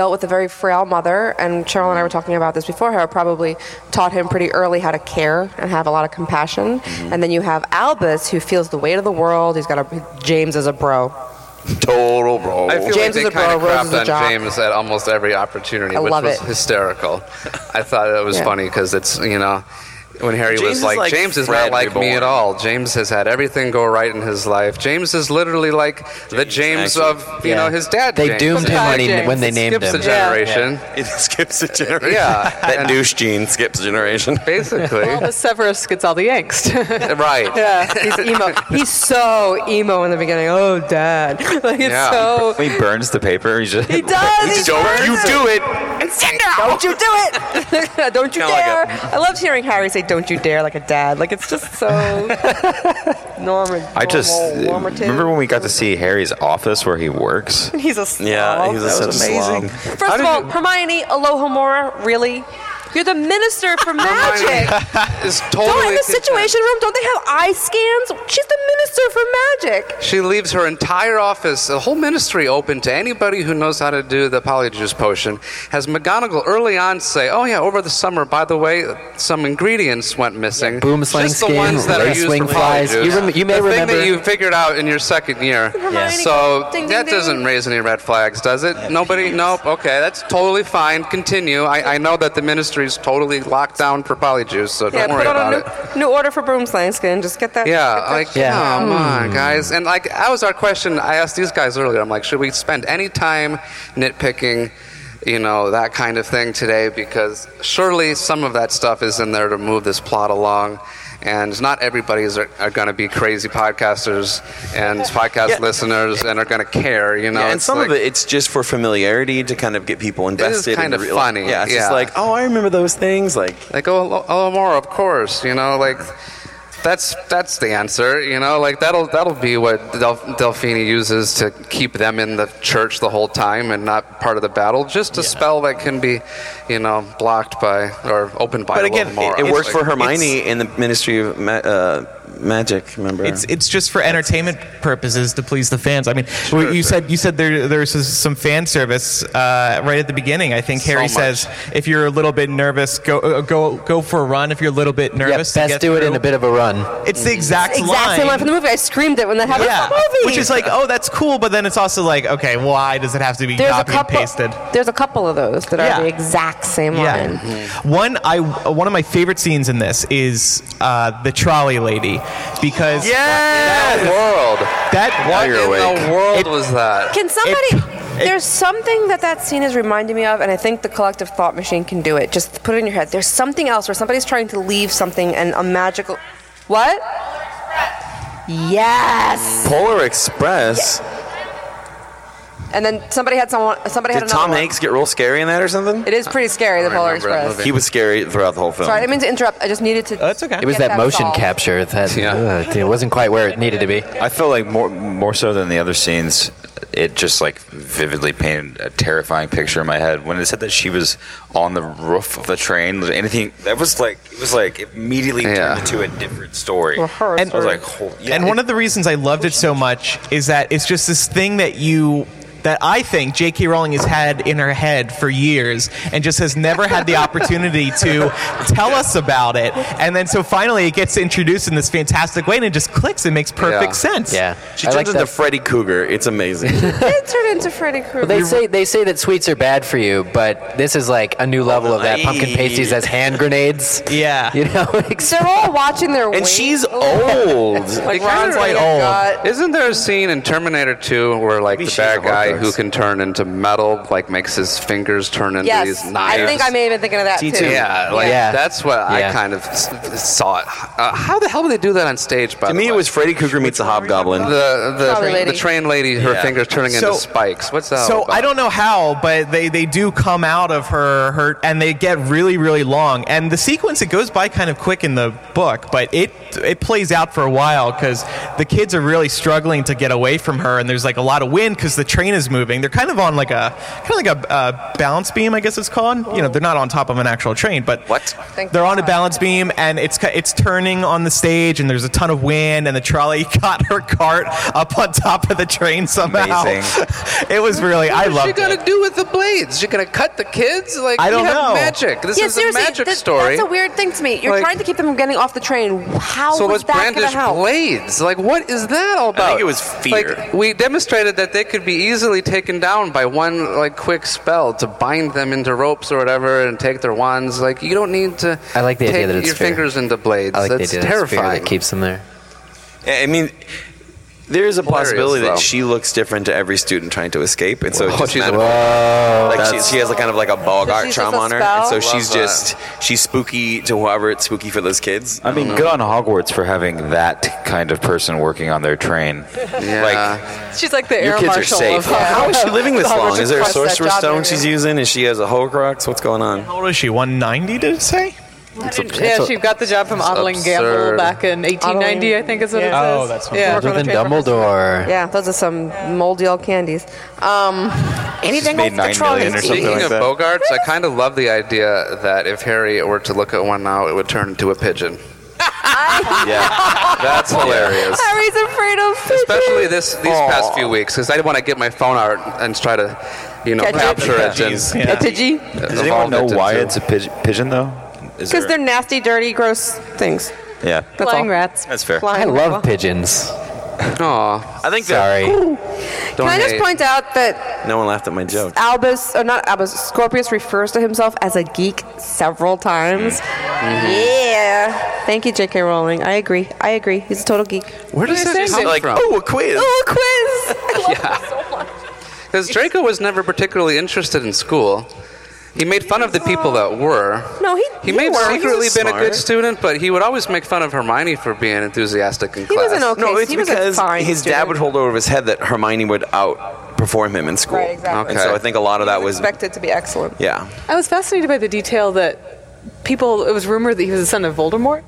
Speaker 6: dealt with a very frail mother, and Cheryl and I were talking about this before her, probably taught him pretty early how to care and have a lot of compassion.
Speaker 5: Mm-hmm.
Speaker 6: And then you have Albus, who feels the weight of the world. He's got a James as a bro.
Speaker 2: Total bro.
Speaker 1: I feel
Speaker 6: James
Speaker 1: like
Speaker 6: is
Speaker 1: they
Speaker 6: a bro,
Speaker 1: kind of
Speaker 6: Rose
Speaker 1: crapped
Speaker 6: is a
Speaker 1: on
Speaker 6: jock.
Speaker 1: James at almost every opportunity,
Speaker 6: I
Speaker 1: which
Speaker 6: love
Speaker 1: was
Speaker 6: it.
Speaker 1: hysterical. I thought it was
Speaker 6: Yeah.
Speaker 1: funny because it's you know when Harry
Speaker 2: James
Speaker 1: was
Speaker 2: is
Speaker 1: like,
Speaker 2: like
Speaker 1: James is
Speaker 2: Fred
Speaker 1: not like me
Speaker 2: reborn."
Speaker 1: at all. James has had everything go right in his life. James is literally like the James
Speaker 2: actually.
Speaker 1: of you
Speaker 7: Yeah.
Speaker 1: know his dad.
Speaker 7: They
Speaker 1: James.
Speaker 7: doomed him when, he, when they named
Speaker 1: skips
Speaker 7: him.
Speaker 1: a generation.
Speaker 2: It
Speaker 5: [laughs]
Speaker 2: skips a
Speaker 1: [laughs]
Speaker 2: generation.
Speaker 1: Yeah.
Speaker 2: that douche gene skips a generation.
Speaker 1: Basically,
Speaker 4: [laughs] Well, the [laughs] Severus gets all the angst.
Speaker 1: right?
Speaker 6: [laughs] Yeah, he's emo. He's so emo in the beginning. Oh, dad. [laughs] Like, it's
Speaker 1: Yeah.
Speaker 6: so.
Speaker 5: He burns the paper. He's just,
Speaker 6: He does. he burns it.
Speaker 2: it.
Speaker 6: Don't you do it! [laughs] don't you
Speaker 2: Kinda like
Speaker 6: dare! I loved hearing Harry say "Don't you dare" like a dad. Like it's just
Speaker 5: [laughs]
Speaker 6: so normal.
Speaker 5: I just
Speaker 6: normal, normative.
Speaker 5: remember when we got to see Harry's office where he works.
Speaker 6: [laughs] he's a slob.
Speaker 2: [laughs] Yeah, he was
Speaker 6: That
Speaker 2: such
Speaker 6: was
Speaker 2: a
Speaker 6: amazing.
Speaker 2: slob.
Speaker 6: First of all, Hermione, Aloha Mora, really? You're the minister
Speaker 1: [laughs]
Speaker 6: for magic.
Speaker 1: It's
Speaker 6: Don't
Speaker 1: totally
Speaker 6: in the situation room. Don't they have eye scans? She's the minister for magic.
Speaker 1: She leaves her entire office, the whole ministry open to anybody who knows how to do the polyjuice potion. Has McGonagall early on say, "Oh yeah, over the summer, by the way, some ingredients went missing.
Speaker 7: boom slang
Speaker 1: Just the
Speaker 7: skin,
Speaker 1: ones that are
Speaker 7: lace
Speaker 1: used
Speaker 7: wing
Speaker 1: for
Speaker 7: flies.
Speaker 1: polyjuice.
Speaker 7: You rem- you may
Speaker 1: the thing
Speaker 7: remember-
Speaker 1: that you figured out in your second year.
Speaker 6: Hermione,
Speaker 1: So
Speaker 6: ding, ding,
Speaker 1: that
Speaker 6: ding.
Speaker 1: doesn't raise any red flags, does it? Nobody. Nope. Okay, that's totally fine. Continue. I, I know that the ministry's totally locked down for polyjuice, so don't
Speaker 6: yeah,
Speaker 1: worry
Speaker 6: put
Speaker 1: about
Speaker 6: on a
Speaker 1: it.
Speaker 6: new, new order for broom slang skin. Just get that.
Speaker 1: Yeah, like
Speaker 7: Yeah.
Speaker 1: come on, guys. And like that was our question I asked these guys earlier. I'm like, should we spend any time nitpicking, you know, that kind of thing today? Because surely some of that stuff is in there to move this plot along. And not everybody is are, are going to be crazy podcasters and podcast
Speaker 2: Yeah.
Speaker 1: listeners and are going to care, you know.
Speaker 2: Yeah, and
Speaker 1: It's
Speaker 2: some
Speaker 1: like-
Speaker 2: of it, it's just for familiarity to kind of get people invested. in
Speaker 1: kind
Speaker 2: the
Speaker 1: of
Speaker 2: real-
Speaker 1: funny,
Speaker 2: Yeah, it's just
Speaker 1: yeah.
Speaker 2: like, oh, I remember those things. Like,
Speaker 1: Like, oh, oh, more, of course. You know, like that's that's the answer. You know, like that'll that'll be what Del- Delphine uses to keep them in the church the whole time and not part of the battle. Just a spell that can be, you know, blocked by or opened by.
Speaker 3: But
Speaker 1: a
Speaker 3: again,
Speaker 1: little more.
Speaker 2: it
Speaker 3: It's-
Speaker 2: worked for Hermione
Speaker 3: it's-
Speaker 2: in the Ministry of Ma- uh, Magic. Remember?
Speaker 3: It's it's just for entertainment purposes to please the fans. I mean, you said you said there there's some fan service uh, right at the beginning. I think Harry
Speaker 1: much.
Speaker 3: says if you're a little bit nervous, go uh, go go for a run. If you're a little bit
Speaker 7: Yeah,
Speaker 3: nervous,
Speaker 7: best
Speaker 3: to get
Speaker 7: do it in
Speaker 3: through.
Speaker 7: a bit of a run.
Speaker 3: It's the exact,
Speaker 6: Exact same line from the movie. I screamed it when that happened.
Speaker 3: yeah,
Speaker 6: in the movie.
Speaker 3: which is like, oh, that's cool, but then it's also like, okay, why does it have to be
Speaker 6: there's a
Speaker 3: copied and
Speaker 6: couple.
Speaker 3: pasted?
Speaker 6: There's a couple of those that
Speaker 3: Yeah.
Speaker 6: are the exact same line.
Speaker 7: Mm-hmm.
Speaker 3: One I one of my favorite scenes in this is uh, the trolley lady because
Speaker 1: Yes! world.
Speaker 3: that
Speaker 1: What
Speaker 5: you're
Speaker 1: in
Speaker 5: awake.
Speaker 1: the world
Speaker 3: It-
Speaker 1: was that?
Speaker 6: Can somebody?
Speaker 1: [laughs]
Speaker 3: it-
Speaker 6: there's something that that scene is reminding me of, and I think the collective thought machine can do it. Just put it in your head. There's something else where somebody's trying to leave something, and a magical. What? Yes.
Speaker 2: Polar Express.
Speaker 6: And then somebody had someone. Somebody had
Speaker 2: Did
Speaker 6: another
Speaker 2: Tom
Speaker 6: one.
Speaker 2: Hanks get real scary in that or something?
Speaker 6: It is pretty scary. The Polar
Speaker 1: remember that
Speaker 6: Express.
Speaker 1: movie.
Speaker 2: He was scary throughout the whole film.
Speaker 6: Sorry, I didn't mean to interrupt. I just needed to.
Speaker 3: that's okay.
Speaker 7: It was
Speaker 6: Get that
Speaker 7: that, motion
Speaker 6: solved.
Speaker 7: capture that
Speaker 1: Yeah.
Speaker 7: ugh, it wasn't quite where it needed to be.
Speaker 5: I felt like more more so than the other scenes, it just like vividly painted a terrifying picture in my head. When it said that she was on the roof of the train, was anything that was like it was like immediately
Speaker 1: Yeah.
Speaker 5: turned into a different story.
Speaker 6: horror
Speaker 5: I was
Speaker 6: story.
Speaker 5: like, holy, yeah,
Speaker 3: and
Speaker 5: it-
Speaker 3: one of the reasons I loved it so much is that it's just this thing that you that I think J.K. Rowling has had in her head for years and just has never had the opportunity to tell us about it. And then so finally it gets introduced in this fantastic way and it just clicks. It makes perfect
Speaker 1: Yeah.
Speaker 3: sense.
Speaker 7: Yeah,
Speaker 2: she
Speaker 7: I
Speaker 2: turns
Speaker 7: like
Speaker 2: into
Speaker 7: that.
Speaker 2: Freddy Cougar. It's amazing.
Speaker 6: It turned into Freddy Krueger.
Speaker 7: They say they say that sweets are bad for you, but this is like a new level of that. Pumpkin pasties as hand grenades. [laughs]
Speaker 3: Yeah.
Speaker 7: you know. like,
Speaker 6: They're all watching their
Speaker 2: and
Speaker 6: weight.
Speaker 2: she's old.
Speaker 1: Ron's
Speaker 6: like Ron's like
Speaker 1: like oh,
Speaker 6: old.
Speaker 1: Isn't there a scene in Terminator 2 where like
Speaker 2: Maybe
Speaker 1: the
Speaker 2: she's a
Speaker 1: bad guy guy who
Speaker 7: course.
Speaker 1: can turn into metal, like makes his fingers turn into
Speaker 6: Yes,
Speaker 1: these knives.
Speaker 6: I think I may have been thinking of that
Speaker 2: T2.
Speaker 6: too.
Speaker 1: Yeah, like
Speaker 7: Yeah.
Speaker 1: that's what I
Speaker 7: Yeah.
Speaker 1: kind of s- saw. It. Uh, how the hell would they do that on stage? By
Speaker 2: To
Speaker 1: the
Speaker 2: me,
Speaker 1: way?
Speaker 2: it was Freddy Krueger meets a hobgoblin.
Speaker 1: the the,
Speaker 6: Probably
Speaker 1: the
Speaker 6: lady.
Speaker 1: train lady, her
Speaker 2: Yeah.
Speaker 1: fingers turning
Speaker 3: So-
Speaker 1: into spikes. What's that? all
Speaker 3: So
Speaker 1: about?
Speaker 3: I don't know how, but they, they do come out of her her and they get really really long. And the sequence it goes by kind of quick in the book, but it it plays out for a while because the kids are really struggling to get away from her, and there's like a lot of wind because the train is moving. They're kind of on like a kind of like a uh, balance beam, I guess it's called. You know, they're not on top of an actual train, but
Speaker 2: What?
Speaker 6: Thank
Speaker 3: they're on a
Speaker 6: God.
Speaker 3: balance beam and it's ki- it's turning on the stage and there's a ton of wind and the trolley [laughs] got her cart up on top of the train somehow.
Speaker 5: Amazing.
Speaker 3: [laughs] it was really I
Speaker 1: What's
Speaker 3: loved
Speaker 1: she gonna
Speaker 3: it.
Speaker 1: do with the blades? She gonna cut the kids? Like
Speaker 3: I don't
Speaker 1: you have
Speaker 3: know.
Speaker 1: Magic. This
Speaker 6: yeah,
Speaker 1: is a
Speaker 6: seriously,
Speaker 1: magic
Speaker 6: that-
Speaker 1: story.
Speaker 6: That's a weird thing to me. You're
Speaker 1: Like-
Speaker 6: trying to keep them from getting off the train. How
Speaker 1: so
Speaker 6: was
Speaker 1: let's
Speaker 6: that going to
Speaker 1: brandish
Speaker 6: help?
Speaker 1: blades. Like what is that all about?
Speaker 2: think it was fear.
Speaker 1: Like, we demonstrated that they could be easily taken down by one like quick spell to bind them into ropes or whatever and take their wands. Like you don't need to.
Speaker 7: I like the
Speaker 1: take
Speaker 7: idea that it's
Speaker 1: your
Speaker 7: fear.
Speaker 1: fingers into blades.
Speaker 7: I like
Speaker 1: that's
Speaker 7: the idea that it's fear
Speaker 1: terrifying.
Speaker 7: that keeps them there.
Speaker 2: I mean, there's a
Speaker 1: Hilarious,
Speaker 2: possibility
Speaker 1: though.
Speaker 2: that she looks different to every student trying to escape, and so
Speaker 7: Oh,
Speaker 2: it just
Speaker 1: she's a-
Speaker 2: manif- like she,
Speaker 7: that's-
Speaker 2: she has like kind of like a bog
Speaker 6: So
Speaker 2: art
Speaker 6: she's
Speaker 2: trauma
Speaker 6: just a
Speaker 2: on her, and so
Speaker 6: spell?
Speaker 2: she's
Speaker 1: Love
Speaker 2: just she's spooky to whoever it's spooky for those kids.
Speaker 5: I mean, good on Hogwarts for having that kind of person working on their train.
Speaker 1: Yeah.
Speaker 5: Like,
Speaker 4: She's like the
Speaker 5: Your
Speaker 4: air
Speaker 5: kids are
Speaker 4: marshal
Speaker 5: safe.
Speaker 4: of
Speaker 2: How is she living
Speaker 4: [laughs]
Speaker 2: this
Speaker 6: [laughs] Hogwarts
Speaker 2: long? Is there a
Speaker 6: Express, that
Speaker 2: sorcerer's
Speaker 6: job
Speaker 2: stone
Speaker 6: area.
Speaker 2: she's using? Is she has a Horcrux? What's going on?
Speaker 3: How old is she? 190 did it say?
Speaker 4: Yeah, she got the job from Adeline
Speaker 1: absurd.
Speaker 4: Gamble back in 1890, I think is what
Speaker 3: Yeah.
Speaker 4: it
Speaker 3: Oh,
Speaker 4: says.
Speaker 3: that's
Speaker 4: yeah.
Speaker 7: Older than
Speaker 6: Work on the
Speaker 7: Dumbledore.
Speaker 6: Yeah, those are some moldy old candies. Um, anything
Speaker 5: made
Speaker 6: off the
Speaker 5: nine million or
Speaker 6: trolleys.
Speaker 5: something.
Speaker 1: Speaking
Speaker 5: like
Speaker 1: of
Speaker 5: that.
Speaker 1: Bogarts, I kind of love the idea that if Harry were to look at one now, it would turn into a pigeon.
Speaker 5: yeah,
Speaker 1: That's hilarious.
Speaker 6: Harry's afraid of pigeons. [laughs]
Speaker 1: Especially this these past few weeks, because I want to get my phone out and try to, you know,
Speaker 6: Catch it.
Speaker 1: capture it.
Speaker 3: Jeez,
Speaker 1: and
Speaker 3: yeah.
Speaker 6: Because
Speaker 5: Does anyone
Speaker 1: evolve
Speaker 5: know
Speaker 1: it
Speaker 5: why
Speaker 1: into-
Speaker 5: it's a pigeon, pigeon though? Is
Speaker 6: they're nasty, dirty, gross things.
Speaker 5: yeah.
Speaker 6: That's
Speaker 4: Flying
Speaker 6: all.
Speaker 4: rats.
Speaker 5: That's fair.
Speaker 7: I
Speaker 6: Flying
Speaker 7: love
Speaker 6: rats.
Speaker 7: pigeons.
Speaker 1: Aw,
Speaker 2: I think that
Speaker 7: Sorry.
Speaker 1: don't
Speaker 6: Can I just
Speaker 1: hate.
Speaker 6: point out that
Speaker 2: no one laughed at my joke.
Speaker 6: Albus, or not Albus, Scorpius refers to himself as a geek several times. Yeah. Thank you, J.K. Rowling. I agree. I agree. He's a total geek.
Speaker 1: Where does
Speaker 4: You're
Speaker 1: that
Speaker 4: saying
Speaker 1: come
Speaker 2: Like,
Speaker 1: from?
Speaker 2: oh, a quiz.
Speaker 6: Oh, a quiz! I love
Speaker 1: Because Draco was never particularly interested in school. He made fun of the people that were.
Speaker 6: No, he-
Speaker 1: he
Speaker 6: he
Speaker 1: may have
Speaker 6: worked.
Speaker 1: secretly
Speaker 2: He was
Speaker 1: been a good
Speaker 2: smart.
Speaker 1: student, but he would always make fun of Hermione for being enthusiastic in
Speaker 6: He
Speaker 1: class.
Speaker 6: was an okay.
Speaker 2: No, it's
Speaker 6: he was a
Speaker 2: because
Speaker 6: fine
Speaker 2: his dad
Speaker 6: student.
Speaker 2: would hold over his head that Hermione would outperform him in school.
Speaker 6: Right, exactly.
Speaker 2: And so I think a lot of that was,
Speaker 6: expected to be excellent.
Speaker 2: yeah.
Speaker 4: I was fascinated by the detail that people, it was rumored that he was the son of Voldemort.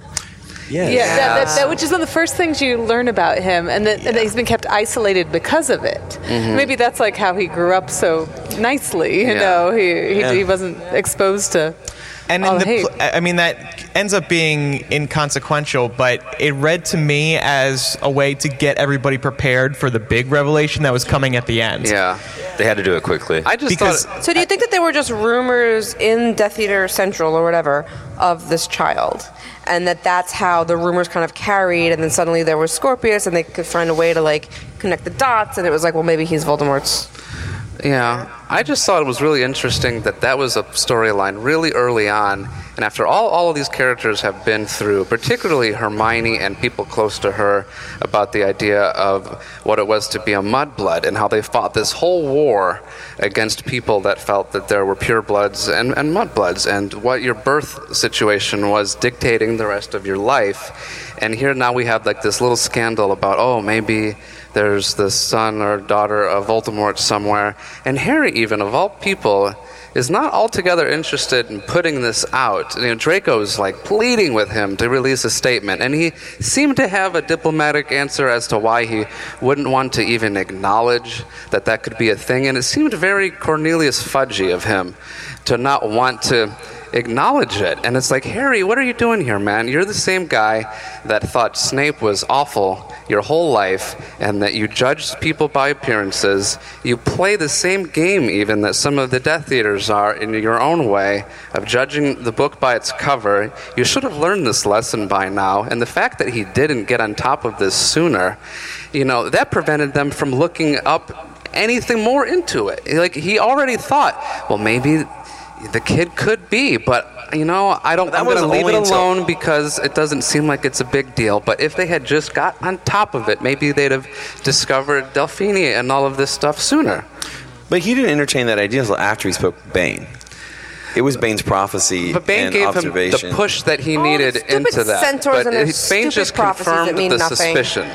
Speaker 2: Yeah.
Speaker 4: Yeah, that, that, that, which is one of the first things you learn about him, and that, and that he's been kept isolated because of it. Maybe that's like how he grew up so nicely. You
Speaker 1: Yeah.
Speaker 4: know, he he,
Speaker 2: Yeah.
Speaker 4: he wasn't exposed to.
Speaker 3: And
Speaker 4: all
Speaker 3: in the
Speaker 4: hate.
Speaker 3: pl- I mean that ends up being inconsequential, but it read to me as a way to get everybody prepared for the big revelation that was coming at the end.
Speaker 1: Yeah.
Speaker 5: They had to do it quickly.
Speaker 1: I just
Speaker 3: Because-
Speaker 1: thought.
Speaker 6: So do you think that there were just rumors in Death Eater Central or whatever of this child, and that that's how the rumors kind of carried, and then suddenly there was Scorpius, and they could find a way to like connect the dots, and it was like, well, maybe he's Voldemort's.
Speaker 1: Yeah, I just thought it was really interesting that that was a storyline really early on, and after all, all of these characters have been through, particularly Hermione and people close to her, about the idea of what it was to be a mudblood and how they fought this whole war against people that felt that there were purebloods and, and mudbloods, and what your birth situation was dictating the rest of your life. And here now we have like this little scandal about, oh, maybe there's the son or daughter of Voldemort somewhere. And Harry, even of all people, is not altogether interested in putting this out. You know, Draco's like pleading with him to release a statement, and he seemed to have a diplomatic answer as to why he wouldn't want to even acknowledge that that could be a thing. And it seemed very Cornelius Fudgy of him to not want to acknowledge it. And it's like, Harry, what are you doing here, man? You're the same guy that thought Snape was awful your whole life and that you judged people by appearances. You play the same game, even that some of the Death Eaters are in your own way of judging the book by its cover. You should have learned this lesson by now. And the fact that he didn't get on top of this sooner, you know, that prevented them from looking up anything more into it. Like, he already thought, well, maybe the kid could be, but you know, I don't.
Speaker 2: That
Speaker 1: I'm going to
Speaker 2: was
Speaker 1: leave
Speaker 2: only
Speaker 1: it
Speaker 2: until-
Speaker 1: alone because it doesn't seem like it's a big deal. But if they had just got on top of it, maybe they'd have discovered Delphini and all of this stuff sooner.
Speaker 2: But he didn't entertain that idea until after he spoke Bane. It was Bane's prophecy
Speaker 1: But Bane
Speaker 2: and
Speaker 1: gave him the
Speaker 2: observation.
Speaker 1: push that he
Speaker 6: All the
Speaker 1: needed
Speaker 6: Oh, stupid
Speaker 1: into that.
Speaker 6: centaurs
Speaker 1: but
Speaker 6: and their
Speaker 1: it- Bane
Speaker 6: stupid
Speaker 1: just
Speaker 6: prophecies that
Speaker 1: confirmed
Speaker 6: mean
Speaker 1: the
Speaker 6: nothing.
Speaker 1: suspicion.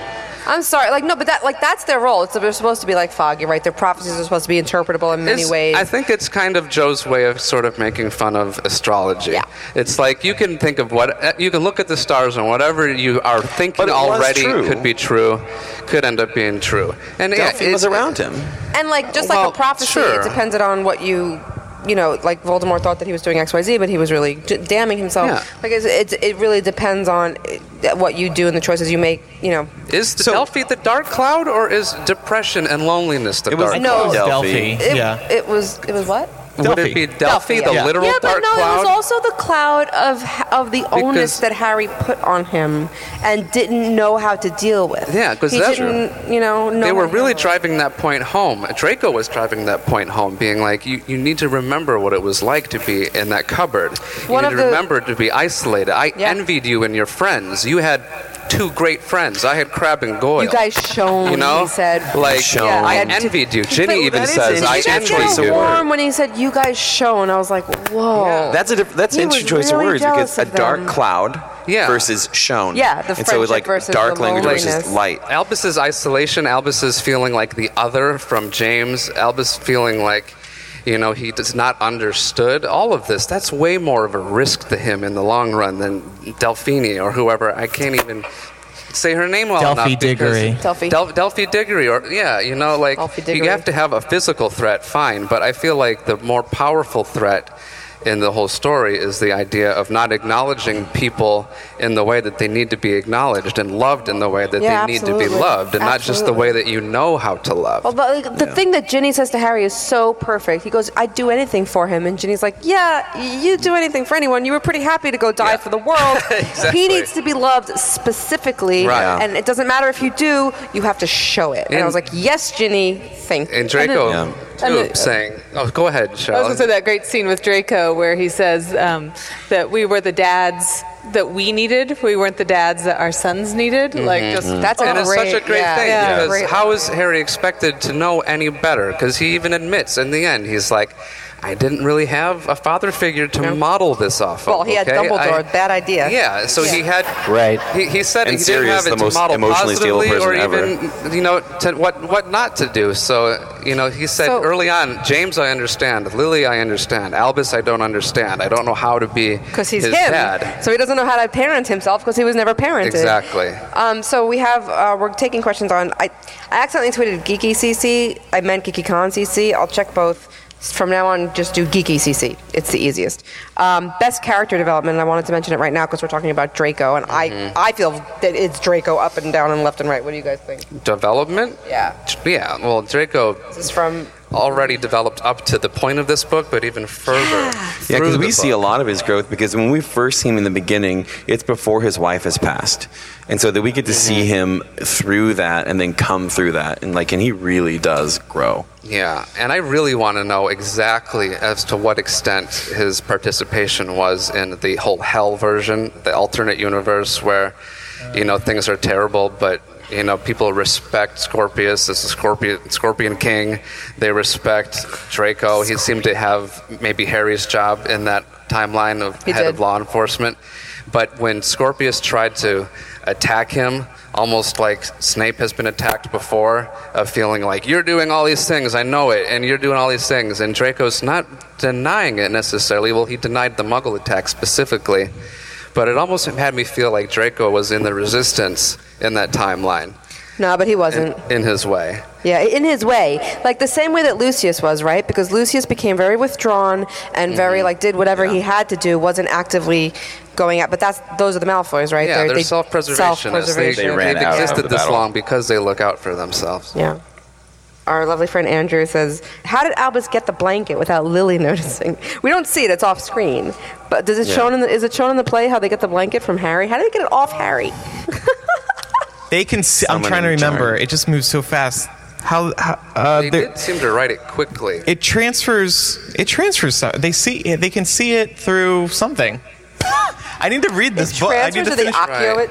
Speaker 6: I'm sorry. Like no, but that like that's their role. It's they're supposed to be like foggy, right? Their prophecies are supposed to be interpretable in many
Speaker 1: It's-
Speaker 6: ways.
Speaker 1: I think it's kind of Joe's way of sort of making fun of astrology.
Speaker 6: Yeah.
Speaker 1: It's like you can think of what uh, you can look at the stars and whatever you are thinking
Speaker 2: But it was
Speaker 1: already
Speaker 2: true.
Speaker 1: could be true, could end up being true. And yeah,
Speaker 2: Delphine was
Speaker 1: it-
Speaker 2: around him.
Speaker 6: and like just
Speaker 1: Well,
Speaker 6: like a prophecy,
Speaker 1: sure.
Speaker 6: it depended on what you. You know, like Voldemort thought that he was doing X, Y, Z, but he was really d- damning himself.
Speaker 1: Yeah.
Speaker 6: Like it's, it's, it really depends on uh, what you do and the choices you make. You know,
Speaker 1: Is the
Speaker 3: So-
Speaker 1: Delphi the dark cloud, or is depression and loneliness the
Speaker 2: It was
Speaker 1: dark?
Speaker 6: No.
Speaker 2: Delphi.
Speaker 6: it,
Speaker 3: yeah.
Speaker 6: it was it was what?
Speaker 1: Would it be Delphi, the
Speaker 6: yeah.
Speaker 1: literal
Speaker 6: yeah, but
Speaker 1: dark
Speaker 6: no,
Speaker 1: cloud?
Speaker 6: it was also the cloud of of the
Speaker 1: Because-
Speaker 6: onus that Harry put on him and didn't know how to deal with.
Speaker 1: Yeah, 'cause
Speaker 6: He
Speaker 1: that's-
Speaker 6: didn't, you know, know
Speaker 1: they were
Speaker 6: how to
Speaker 1: really
Speaker 6: handle it.
Speaker 1: driving that point home. Draco was driving that point home, being like, you, you need to remember what it was like to be in that cupboard. You
Speaker 6: One
Speaker 1: need
Speaker 6: of
Speaker 1: to
Speaker 6: the-
Speaker 1: remember to be isolated. I
Speaker 6: Yeah.
Speaker 1: envied you and your friends. You had two great friends. I had Crab and Goyle.
Speaker 6: You guys shone.
Speaker 1: You know?
Speaker 6: he said.
Speaker 1: Like,
Speaker 2: Shone.
Speaker 1: I
Speaker 6: and-
Speaker 1: envied you. Ginny
Speaker 6: But
Speaker 1: even
Speaker 2: that is
Speaker 1: says,
Speaker 6: Did
Speaker 1: I
Speaker 6: you guys
Speaker 2: interesting.
Speaker 1: envied
Speaker 6: get
Speaker 1: you.
Speaker 6: warm when he said you guys shone? I was like, whoa.
Speaker 2: That's a diff- that's
Speaker 6: He
Speaker 2: an interesting
Speaker 6: was
Speaker 2: choice
Speaker 6: really
Speaker 2: of words
Speaker 6: jealous
Speaker 2: because a
Speaker 6: of
Speaker 2: dark
Speaker 6: them.
Speaker 2: cloud
Speaker 1: Yeah.
Speaker 2: versus shown.
Speaker 6: Yeah, the
Speaker 2: and so it was
Speaker 6: friendship
Speaker 2: like
Speaker 6: versus
Speaker 2: dark
Speaker 6: the
Speaker 2: language versus
Speaker 6: loneliness.
Speaker 2: light.
Speaker 1: Albus's isolation, Albus's feeling like the other from James, Albus feeling like, you know, he does not understood all of this. That's way more of a risk to him in the long run than Delphini or whoever. I can't even say her name well
Speaker 3: Delphi
Speaker 1: enough. because-
Speaker 3: Diggory.
Speaker 6: Delphi.
Speaker 1: Del- Delphi Diggory, or yeah, you know, like
Speaker 6: Delphi Diggory.
Speaker 1: you have to have a physical threat, fine. But I feel like the more powerful threat in the whole story is the idea of not acknowledging people in the way that they need to be acknowledged and loved in the way that
Speaker 6: Yeah,
Speaker 1: they need to be
Speaker 6: absolutely.
Speaker 1: loved, and not just the
Speaker 6: Absolutely.
Speaker 1: way that you know how to love.
Speaker 6: Well, but like, the thing that Ginny says to Harry is so perfect. He goes, "I'd do anything for him," and Ginny's like, "Yeah, you do anything for anyone. You were pretty happy to go die for the world.
Speaker 1: [laughs] Exactly.
Speaker 6: He needs to be loved specifically,
Speaker 1: Right.
Speaker 6: and it doesn't matter if you do. You have to show it." And, I
Speaker 1: And-
Speaker 6: was like, "Yes, Ginny, thank." you."
Speaker 1: and Draco,
Speaker 2: Yeah.
Speaker 1: too,
Speaker 4: and the-
Speaker 1: saying, "Oh, go ahead,
Speaker 4: I was going
Speaker 1: Charlotte."
Speaker 4: to say that great scene with Draco where he says um, that we were the dads that we needed. We weren't the dads that our sons needed. Like just
Speaker 6: That's a
Speaker 4: oh,
Speaker 1: and it's such a
Speaker 6: Great,
Speaker 1: great
Speaker 6: yeah,
Speaker 1: thing
Speaker 6: yeah.
Speaker 1: because
Speaker 6: Great.
Speaker 1: how is Harry expected to know any better? Because he even admits in the end, he's like, I didn't really have a father figure to model this off of.
Speaker 6: Well, he had
Speaker 1: okay?
Speaker 6: Dumbledore.
Speaker 1: I-
Speaker 6: Bad idea.
Speaker 1: Yeah, so he had.
Speaker 7: Right.
Speaker 1: He, he said
Speaker 2: And
Speaker 1: he didn't
Speaker 2: Sirius,
Speaker 1: have it
Speaker 2: the
Speaker 1: to
Speaker 2: most
Speaker 1: model
Speaker 2: emotionally stable
Speaker 1: positively or
Speaker 2: person ever.
Speaker 1: even, you know, to, what what not to do. So, you know, he said
Speaker 6: So-
Speaker 1: early on, James, I understand. Lily, I understand. Albus, I don't understand. I don't know how to be
Speaker 6: because he's
Speaker 1: his
Speaker 6: him.
Speaker 1: dad.
Speaker 6: So he doesn't know how to parent himself because he was never parented.
Speaker 1: Exactly.
Speaker 6: Um, so we have uh, we're taking questions on. I, I accidentally tweeted geeky CC. I meant geeky con CC. I'll check both. From now on, just do geeky CC. It's the easiest. Um, best character development. And I wanted to mention it right now because we're talking about Draco, and
Speaker 1: Mm-hmm.
Speaker 6: I I feel that it's Draco up and down and left and right. What do you guys think?
Speaker 1: Development?
Speaker 6: Yeah.
Speaker 1: Yeah, well, Draco
Speaker 6: This is from
Speaker 1: already developed up to the point of this book, but even further.
Speaker 2: Yeah,
Speaker 1: through
Speaker 2: because
Speaker 1: the
Speaker 2: we see a
Speaker 1: book.
Speaker 2: lot of his growth. Because when we first see him in the beginning, it's before his wife has passed, and so that we get to
Speaker 1: Mm-hmm.
Speaker 2: see him through that and then come through that, and like, and he really does grow.
Speaker 1: Yeah, and I really want to know exactly as to what extent his participation was in the whole Hell version, the alternate universe where, you know, things are terrible, but. You know, people respect Scorpius as the Scorpion, Scorpion King. They respect Draco. He seemed to have maybe Harry's job in that timeline of
Speaker 6: He
Speaker 1: head
Speaker 6: did.
Speaker 1: of law enforcement. But when Scorpius tried to attack him, almost like Snape has been attacked before, of feeling like, you're doing all these things, I know it, and you're doing all these things. And Draco's not denying it necessarily. Well, he denied the muggle attack specifically. But it almost had me feel like Draco was in the resistance in that timeline,
Speaker 6: no, but he wasn't.
Speaker 1: in, in his way.
Speaker 6: Yeah, in his way, like the same way that Lucius was, right? Because Lucius became very withdrawn and very like did whatever he had to do, wasn't actively going out. But that's those are the Malfoys, right?
Speaker 1: Yeah, they're,
Speaker 6: they-
Speaker 1: self-preservationists.
Speaker 6: self-preservation.
Speaker 5: They ran
Speaker 1: have
Speaker 5: out of
Speaker 1: existed
Speaker 5: the
Speaker 1: this
Speaker 5: battle.
Speaker 1: long because they look out for themselves.
Speaker 6: yeah. Our lovely friend Andrew says, "How did Albus get the blanket without Lily [laughs] noticing? We don't see it; it's off screen. But does it shown in the, is it shown in the play how they get the blanket from Harry? How did they get it off Harry?
Speaker 3: They can. See, I'm
Speaker 2: Someone
Speaker 3: trying to
Speaker 2: in
Speaker 3: remember.
Speaker 2: charge.
Speaker 3: It just moves so fast. How, how uh,
Speaker 1: They
Speaker 3: there-
Speaker 1: did seem to write it quickly.
Speaker 3: it transfers. It transfers. some- They see. They can see it through something. [laughs] I need to read this book. I need
Speaker 6: Transfer
Speaker 3: to
Speaker 6: to the
Speaker 3: finish.
Speaker 6: Oculo.
Speaker 1: Right.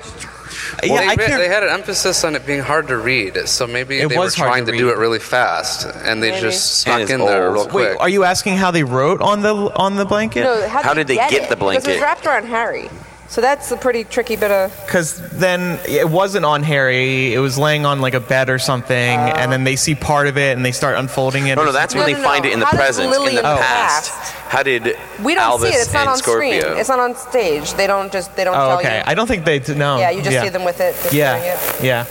Speaker 6: it.
Speaker 3: yeah,
Speaker 1: they,
Speaker 3: I
Speaker 1: re-
Speaker 3: can't.
Speaker 1: they had an emphasis on it being hard to read, so maybe
Speaker 3: It
Speaker 1: they were
Speaker 3: was hard
Speaker 1: trying
Speaker 3: to
Speaker 1: to, do
Speaker 3: read.
Speaker 1: it really fast, and they just
Speaker 2: And
Speaker 1: snuck
Speaker 2: it's
Speaker 1: in there
Speaker 2: old.
Speaker 1: real
Speaker 3: Wait,
Speaker 1: quick.
Speaker 3: are you asking how they wrote on the on the blanket?
Speaker 6: No,
Speaker 2: How did they get the
Speaker 6: Because it
Speaker 2: blanket?
Speaker 6: was wrapped around Harry. So that's a pretty tricky bit of.
Speaker 3: Because then it wasn't on Harry. It was laying on like a bed or something,
Speaker 6: Oh.
Speaker 3: and then they see part of it and they start unfolding it.
Speaker 2: No,
Speaker 3: or
Speaker 2: no, that's
Speaker 6: No,
Speaker 2: when
Speaker 6: no,
Speaker 2: they
Speaker 6: no.
Speaker 2: find it in the
Speaker 6: How does
Speaker 2: present,
Speaker 6: Lily
Speaker 2: in the
Speaker 6: in the
Speaker 2: past.
Speaker 6: past?
Speaker 2: How did
Speaker 6: We don't
Speaker 2: Albus
Speaker 6: see it. It's not
Speaker 2: and
Speaker 6: on
Speaker 2: Scorpio?
Speaker 6: screen. It's not on stage. They don't just. They don't
Speaker 3: something.
Speaker 6: tell
Speaker 3: Oh, okay.
Speaker 6: you.
Speaker 3: I don't think they. d- No.
Speaker 6: yeah, you just see them with it. just doing
Speaker 3: Yeah,
Speaker 6: it.
Speaker 3: yeah.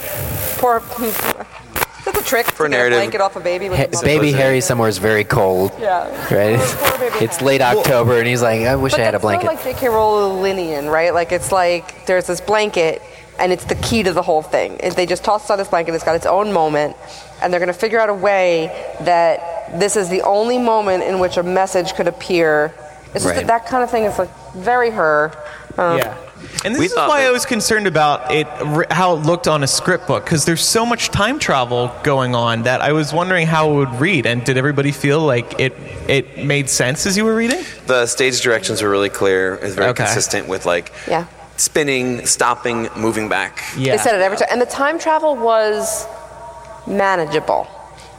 Speaker 6: Poor. [laughs] That's a trick.
Speaker 2: For
Speaker 6: to get a
Speaker 2: narrative-
Speaker 6: Blanket off a baby. With
Speaker 7: Ha-
Speaker 6: a bump.
Speaker 7: baby Harry somewhere is very cold.
Speaker 6: Yeah.
Speaker 7: Right?
Speaker 6: Poor baby
Speaker 7: It's
Speaker 6: Harry.
Speaker 7: late October, and he's like, I wish I had a
Speaker 6: that's not
Speaker 7: blanket.
Speaker 6: like J.K. Rowlingian, right? Like it's like there's this blanket, and it's the key to the whole thing. It- They just toss it on this blanket. It's got its own moment, and they're going to figure out a way that this is the only moment in which a message could appear. It's just
Speaker 2: Right.
Speaker 6: that, that kind of thing is like very her. Um,
Speaker 3: Yeah. And this
Speaker 2: We
Speaker 3: is
Speaker 2: thought
Speaker 3: why
Speaker 2: that-
Speaker 3: I was concerned about it, r- how it looked on a script book, because there's so much time travel going on that I was wondering how it would read. And did everybody feel like it it made sense as you were reading?
Speaker 2: The stage directions were really clear. It's very
Speaker 3: Okay.
Speaker 2: consistent with like
Speaker 6: Yeah.
Speaker 2: spinning, stopping, moving back.
Speaker 3: Yeah.
Speaker 6: They said it every time. And the time travel was manageable.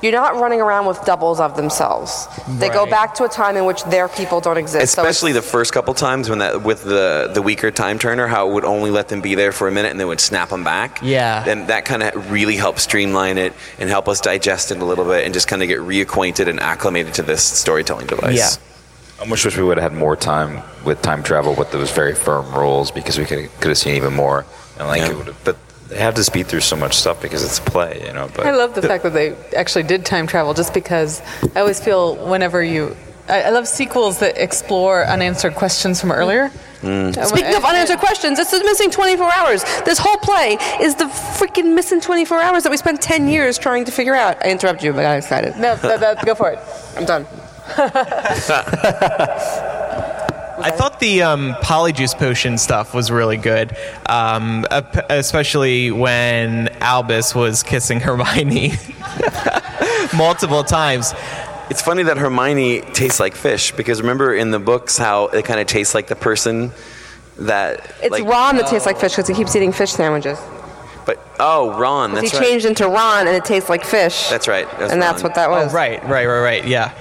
Speaker 6: You're not running around with doubles of themselves. They go
Speaker 3: Right.
Speaker 6: back to a time in which their people don't exist. so
Speaker 2: Especially the first couple times when that with the the weaker time turner, how it would only let them be there for a minute and then would snap them back.
Speaker 3: Yeah.
Speaker 2: and that kind of really helped streamline it and help us digest it a little bit and just kind of get reacquainted and acclimated to this storytelling device.
Speaker 3: Yeah.
Speaker 5: I almost wish we would have had more time with time travel with those very firm rules because we could could have seen even more and like
Speaker 2: Yeah.
Speaker 5: it would have, but they have to speed through so much stuff because it's a play, you know. But
Speaker 4: I love the fact that they actually did time travel just because I always feel whenever you. I, I love sequels that explore unanswered questions from earlier.
Speaker 6: Speaking of unanswered questions, it's the missing 24 hours. This whole play is the freaking missing 24 hours that we spent 10 years trying to figure out. I interrupt you, but I got excited.
Speaker 4: No, that, that, go for it.
Speaker 6: I'm done.
Speaker 3: I thought the um, polyjuice potion stuff was really good, um, ep- especially when Albus was kissing [laughs] Hermione multiple times.
Speaker 2: It's funny that Hermione tastes like fish because remember in the books how it kind of tastes like the person that
Speaker 6: It's
Speaker 2: like,
Speaker 6: Ron that tastes like fish because he keeps eating fish sandwiches.
Speaker 2: But oh, Ron,
Speaker 6: He
Speaker 2: that's right.
Speaker 6: changed into Ron and it tastes like fish.
Speaker 2: That's right. That's
Speaker 6: and that's
Speaker 2: Ron.
Speaker 6: what that was.
Speaker 3: Oh, right, right, right, right. Yeah.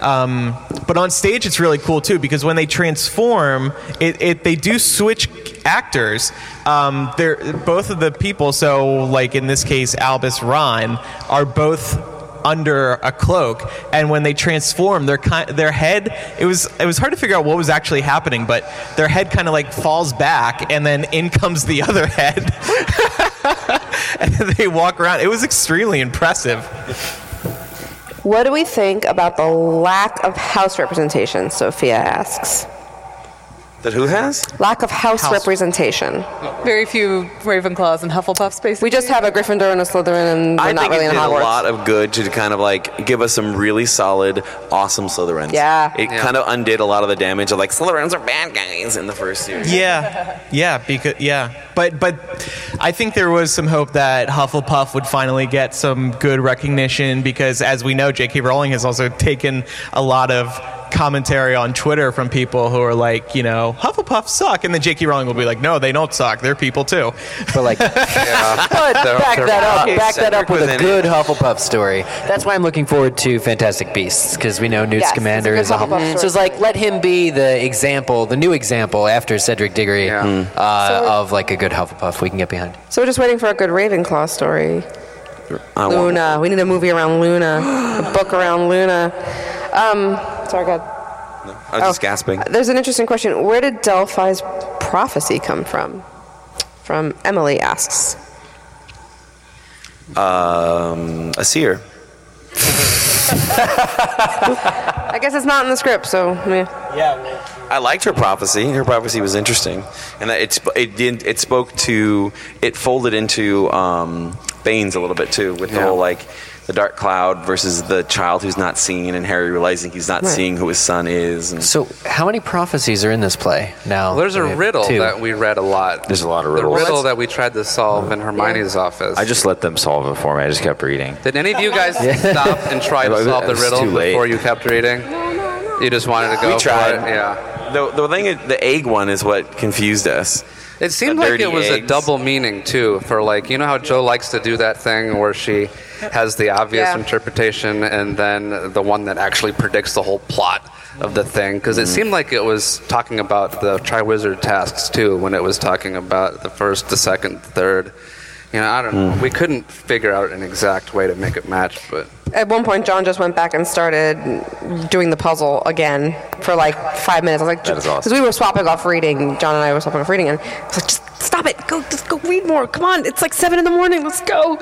Speaker 3: Um, but on stage, it's really cool too because when they transform, it, it they do switch actors. Um, they're both of the people. So, like in this case, Albus Ron are both under a cloak, and when they transform, their ki- their head it was it was hard to figure out what was actually happening, but their head kind of like falls back, and then in comes the [laughs] other head. and they walk around. It was extremely impressive.
Speaker 6: What do we think about the lack of house representation? Sophia asks.
Speaker 2: That who has?
Speaker 6: Lack of house,
Speaker 3: House.
Speaker 6: representation.
Speaker 4: Very few Ravenclaws and Hufflepuffs, basically.
Speaker 6: We just have a Gryffindor and a Slytherin, and we're
Speaker 2: I
Speaker 6: not
Speaker 2: think
Speaker 6: really
Speaker 2: it
Speaker 6: in
Speaker 2: did a
Speaker 6: Hogwarts.
Speaker 2: lot of good to kind of like give us some really solid, awesome Slytherins.
Speaker 6: Yeah.
Speaker 2: It
Speaker 1: Yeah.
Speaker 2: kind of undid a lot of the damage of like Slytherins are bad guys in the first series.
Speaker 3: Yeah, yeah, because yeah, but but I think there was some hope that Hufflepuff would finally get some good recognition because, as we know, J.K. Rowling has also taken a lot of commentary on Twitter from people who are like, you know, Hufflepuff suck, and then J.K. Rowling will be like, no, they don't suck, they're people too.
Speaker 6: [laughs]
Speaker 7: but like,
Speaker 1: They're-
Speaker 7: back
Speaker 1: they're-
Speaker 7: that up. Back that up
Speaker 2: Cedric
Speaker 7: with
Speaker 2: was
Speaker 7: a
Speaker 2: in it.
Speaker 7: good Hufflepuff story. That's why I'm looking forward to Fantastic Beasts because we know Newt
Speaker 6: Yes,
Speaker 7: Scamander
Speaker 6: it's
Speaker 7: is
Speaker 6: a
Speaker 7: a
Speaker 6: good Hufflepuff
Speaker 7: Hufflepuff. So
Speaker 6: story.
Speaker 7: it's like let him be the example, the new example after Cedric Diggory
Speaker 1: Yeah. Mm.
Speaker 7: uh, of like a good Hufflepuff we can get behind.
Speaker 6: So we're just waiting for a good Ravenclaw story.
Speaker 2: I want-
Speaker 6: Luna. We need a movie around Luna, a book around Luna. Um, sorry, God.
Speaker 2: I was
Speaker 6: Oh.
Speaker 2: just gasping.
Speaker 6: There's an interesting question. Where did Delphi's prophecy come from? From Emily asks.
Speaker 2: Um, a seer.
Speaker 6: I guess it's not in the script, so yeah.
Speaker 2: I liked her prophecy. Her prophecy was interesting, and that it sp- it didn't, it spoke to it folded into um, Bane's a little bit too with the
Speaker 1: Yeah.
Speaker 2: whole like the dark cloud versus the child who's not seeing and Harry realizing he's not
Speaker 6: Right.
Speaker 2: seeing who his son is. And
Speaker 7: So, how many prophecies are in this play now?
Speaker 1: Well, there's a
Speaker 7: We have
Speaker 1: riddle
Speaker 7: two.
Speaker 1: that we read a lot.
Speaker 5: There's a lot of
Speaker 1: The
Speaker 5: riddles.
Speaker 1: riddle that we tried to solve in Hermione's office.
Speaker 5: I just let them solve it for me. I just kept reading.
Speaker 1: Did any of you
Speaker 5: [laughs]
Speaker 1: guys stop and try to
Speaker 5: It was-
Speaker 1: solve
Speaker 5: it
Speaker 1: the
Speaker 5: was
Speaker 1: riddle
Speaker 5: too late.
Speaker 1: before you kept reading? No, no, no. You just wanted to go.
Speaker 2: We tried.
Speaker 1: For it. Yeah.
Speaker 2: the, the thing, the egg one is what confused us.
Speaker 1: It seemed
Speaker 2: The
Speaker 1: like it
Speaker 2: dirty
Speaker 1: was a
Speaker 2: eggs.
Speaker 1: double meaning too. For like, you know how Joe likes to do that thing where she has the obvious
Speaker 6: Yeah.
Speaker 1: interpretation and then the one that actually predicts the whole plot of the thing. Because
Speaker 2: Mm-hmm.
Speaker 1: it seemed like it was talking about the Triwizard tasks too when it was talking about the first, the second, third. You know, I don't
Speaker 2: Mm.
Speaker 1: know. We couldn't figure out an exact way to make it match, but.
Speaker 6: At one point, John just went back and started doing the puzzle again for like five minutes. I was like,
Speaker 5: That is awesome.
Speaker 6: Because we were swapping off reading. John and I were swapping off reading, and I was like, just stop it. Go, just go read more. Come on. It's like seven in the morning. Let's go.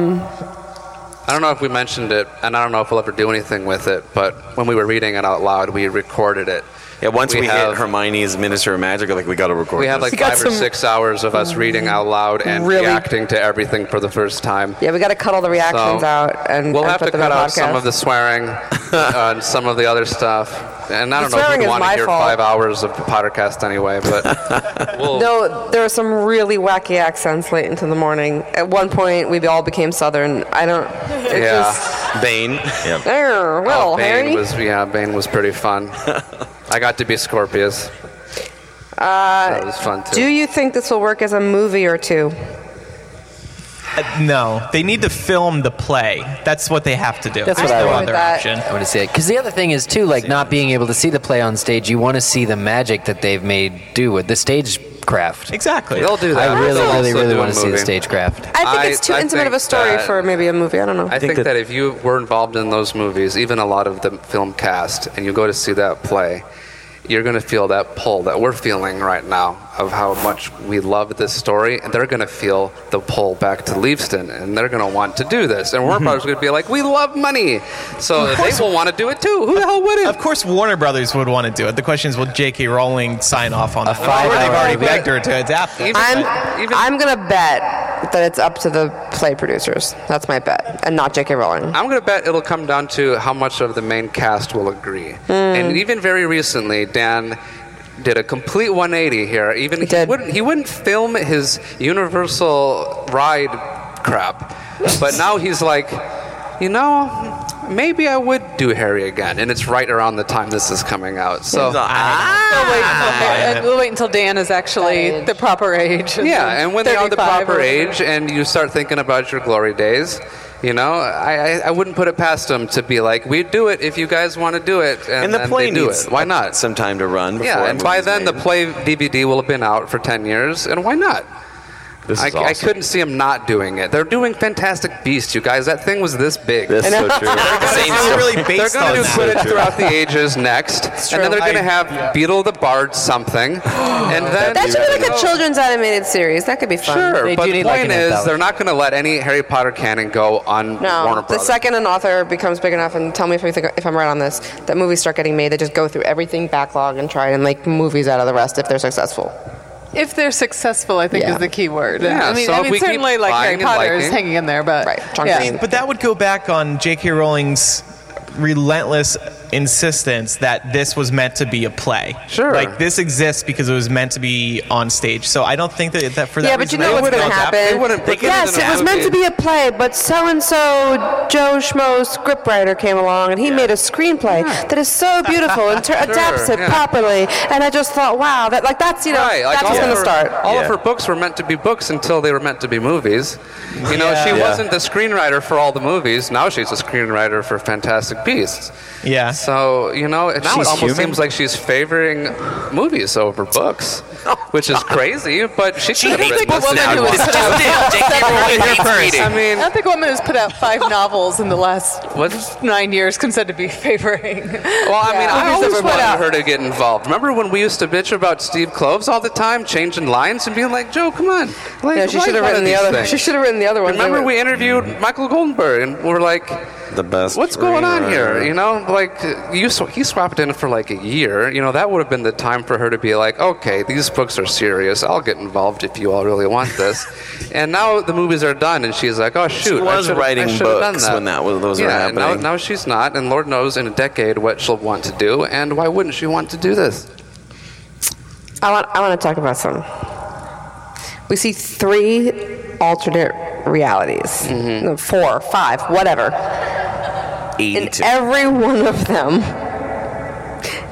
Speaker 1: I don't know if we mentioned it, and I don't know if we'll ever do anything with it, but when we were reading it out loud, we recorded it.
Speaker 2: Yeah, once we,
Speaker 1: have,
Speaker 2: hit Hermione's Minister of Magic, we're like, we got to record.
Speaker 1: we had
Speaker 2: this.
Speaker 1: like
Speaker 6: We got
Speaker 1: five or
Speaker 6: some-
Speaker 1: six hours of us reading out loud and
Speaker 6: Really?
Speaker 1: reacting to everything for the first time.
Speaker 6: Yeah, we got to cut all the reactions
Speaker 1: So,
Speaker 6: out, and
Speaker 1: we'll
Speaker 6: and
Speaker 1: have
Speaker 6: put
Speaker 1: to
Speaker 6: them
Speaker 1: cut
Speaker 6: in a
Speaker 1: out some
Speaker 6: podcast.
Speaker 1: of the
Speaker 6: [laughs]
Speaker 1: swearing uh, and some of the other stuff. And I
Speaker 6: The
Speaker 1: don't know if
Speaker 6: swearing
Speaker 1: you'd
Speaker 6: is
Speaker 1: want to
Speaker 6: my
Speaker 1: hear
Speaker 6: fault.
Speaker 1: five hours of podcast anyway,
Speaker 6: [laughs]
Speaker 1: but we'll,
Speaker 6: No, there were some really wacky accents late into the morning. At one point, we all became Southern. I don't. It
Speaker 1: Yeah.
Speaker 6: Just,
Speaker 2: Bane.
Speaker 6: there, well,
Speaker 1: oh, Bane
Speaker 6: Harry.
Speaker 1: was yeah, Bane was pretty
Speaker 6: [laughs]
Speaker 1: fun. I got to be Scorpius. Uh, that was fun too.
Speaker 6: do you think this will work as a movie or two?
Speaker 3: Uh, no, they need to film the play. That's what they have to do.
Speaker 7: That's what
Speaker 3: There's
Speaker 7: I
Speaker 3: no
Speaker 7: want.
Speaker 3: other
Speaker 6: That-
Speaker 3: option.
Speaker 7: I want to see it because the other thing is too, like not being able to see the play on stage. You want to see the magic that they've made do with the stagecraft.
Speaker 3: Exactly.
Speaker 1: They'll do that.
Speaker 7: I
Speaker 1: We'll
Speaker 7: really, really,
Speaker 1: also
Speaker 7: really
Speaker 1: do a
Speaker 7: want to see the
Speaker 1: movie.
Speaker 7: stagecraft.
Speaker 6: I think
Speaker 1: I-
Speaker 6: it's too
Speaker 1: I
Speaker 6: intimate of a
Speaker 1: think
Speaker 6: story
Speaker 1: that-
Speaker 6: for maybe a movie. I don't know.
Speaker 1: I think,
Speaker 2: think
Speaker 1: that,
Speaker 2: that-
Speaker 1: if you were involved in those movies, even a lot of the film cast, and you go to see that play, you're going to feel that pull that we're feeling right now of how much we love this story, and they're going to feel the pull back to Leaveston, and they're going to want to do this, and Warner Brothers going to be like, "We love money," so they will want to do it too. Who the hell wouldn't?
Speaker 3: Of course, Warner Brothers would want to do it. The question is, will J.K. Rowling sign off on a
Speaker 7: five-hour
Speaker 3: They've already
Speaker 7: movie.
Speaker 3: begged her to adapt it.
Speaker 1: Even-
Speaker 6: I'm
Speaker 1: even-
Speaker 6: I'm gonna bet that it's up to the play producers. That's my bet, and not J.K. Rowling.
Speaker 1: I'm going to bet it'll come down to how much of the main cast will agree. And even very recently, Dan did a complete 180 here. Even he,
Speaker 6: did.
Speaker 1: wouldn't he wouldn't film his Universal ride crap, but now he's like, you know. Maybe I would do Harry again, and it's right around the time this is coming out. So,
Speaker 2: Ah!
Speaker 4: We'll wait,
Speaker 1: Ah,
Speaker 4: until, we'll wait until Dan is actually the proper age.
Speaker 1: Yeah, and when they are the
Speaker 4: 35 or
Speaker 1: proper
Speaker 4: whatever.
Speaker 1: age and you start thinking about your glory days, you know, I, I, I wouldn't put it past them to be like, we do it if you guys want to do it. And,
Speaker 2: And the
Speaker 1: then
Speaker 2: play
Speaker 1: they do
Speaker 2: needs
Speaker 1: it. Why not?
Speaker 2: some time to run. Before
Speaker 1: Yeah,
Speaker 2: a
Speaker 1: and by
Speaker 2: movie's
Speaker 1: then the
Speaker 2: made.
Speaker 1: play DVD will have been out for 10 years, and why not?
Speaker 5: This
Speaker 1: I,
Speaker 5: is awesome.
Speaker 1: I couldn't see them not doing it. They're doing Fantastic Beast, you guys. That thing was this big.
Speaker 5: That's so true.
Speaker 3: It's really
Speaker 1: They're
Speaker 3: based
Speaker 1: going
Speaker 3: on
Speaker 1: to do
Speaker 3: that.
Speaker 1: Quidditch throughout the ages next, and then they're going to
Speaker 3: I-
Speaker 1: have Beetle the Bard something,
Speaker 6: [gasps]
Speaker 1: and then
Speaker 6: That should be like a children's animated series. That could be fun.
Speaker 1: Sure,
Speaker 7: They
Speaker 1: but
Speaker 7: do
Speaker 1: the
Speaker 7: need, like,
Speaker 1: point
Speaker 7: an
Speaker 1: is,
Speaker 7: anthology.
Speaker 1: they're not going to let any Harry Potter canon go on Warner
Speaker 6: No, the
Speaker 1: Brothers.
Speaker 6: second an author becomes big enough, and tell me if, you think, if I'm right on this, that movies start getting made. They just go through everything backlog and try and make movies out of the rest if they're successful.
Speaker 4: If they're successful, I think
Speaker 6: Yeah.
Speaker 4: is the key word.
Speaker 1: Yeah,
Speaker 4: I mean,
Speaker 1: so
Speaker 4: I
Speaker 1: if
Speaker 4: mean
Speaker 1: we keep
Speaker 4: certainly like
Speaker 1: buying
Speaker 4: Harry
Speaker 1: and
Speaker 4: Potter is
Speaker 1: liking-
Speaker 4: hanging in there, but
Speaker 6: Right, John
Speaker 4: yeah.
Speaker 6: Green.
Speaker 3: But that would go back on J.K. Rowling's relentless insistence that this was meant to be a play.
Speaker 1: Sure.
Speaker 3: Like this exists because it was meant to be on stage. So I don't think that, that for that
Speaker 6: yeah, but you
Speaker 3: reason, I
Speaker 6: know what's
Speaker 3: would
Speaker 6: going to
Speaker 3: not adapt it.
Speaker 6: happen.
Speaker 1: They wouldn't put it
Speaker 6: yes,
Speaker 1: in
Speaker 6: it
Speaker 1: a
Speaker 6: was meant to
Speaker 1: movie.
Speaker 6: be a play, but so and so Joe Schmo scriptwriter came along and he made a screenplay that is so beautiful and ter- adapts it
Speaker 1: yeah.
Speaker 6: properly. And I just thought, wow, that like that's you know
Speaker 1: Right, like
Speaker 6: that's what's
Speaker 1: all
Speaker 6: going
Speaker 1: of
Speaker 6: to
Speaker 1: her-
Speaker 6: start.
Speaker 1: All of
Speaker 5: Yeah.
Speaker 1: her books were meant to be books until they were meant to be movies. You know, she
Speaker 3: Yeah.
Speaker 1: wasn't the screenwriter for all the movies. Now she's a screenwriter for Fantastic Beasts.
Speaker 3: Yeah.
Speaker 1: So you know, it now it
Speaker 5: She's
Speaker 1: almost
Speaker 5: human?
Speaker 1: seems like she's favoring movies over
Speaker 6: [laughs]
Speaker 1: books,
Speaker 6: Oh,
Speaker 1: which is crazy. But she, she could have
Speaker 4: hates
Speaker 1: written
Speaker 4: books
Speaker 1: this
Speaker 4: now.
Speaker 1: now.
Speaker 4: It's just
Speaker 1: I mean,
Speaker 4: I think a woman who's put out five novels in the last
Speaker 1: What's-
Speaker 4: nine years can said to be [laughs] favoring.
Speaker 1: Well, I mean, I
Speaker 4: Movies
Speaker 1: always
Speaker 4: over
Speaker 1: wanted
Speaker 4: books.
Speaker 1: her to get involved. Remember when we used to bitch about Steve Cloves all the time, changing lines and being like, "Joe, come on." Like,
Speaker 6: Yeah, she
Speaker 1: write
Speaker 6: should have
Speaker 1: one of
Speaker 6: written the
Speaker 1: these
Speaker 6: other.
Speaker 1: things."
Speaker 6: She should have written the other one.
Speaker 1: Remember we interviewed Michael Goldberg and we are like,
Speaker 2: the best.
Speaker 1: What's going on
Speaker 2: rewriter.
Speaker 1: here? You know, like you sw- he swapped in for like a year. You know, that would have been the time for her to be like, okay, these books are serious. I'll get involved if you all really want
Speaker 2: [laughs]
Speaker 1: this. and now the movies are done, and she's like, oh shoot, I
Speaker 2: was
Speaker 1: should've- I
Speaker 2: writing
Speaker 1: should've done
Speaker 2: books when that was- those were
Speaker 1: yeah, and now-
Speaker 2: happening.
Speaker 1: Now, she's not, and Lord knows in a decade what she'll want to do, and why wouldn't she want to do this?
Speaker 6: I want, I want to talk about some. We see three alternate realities. No, Four, five, whatever. In
Speaker 2: 82.
Speaker 6: every one of them,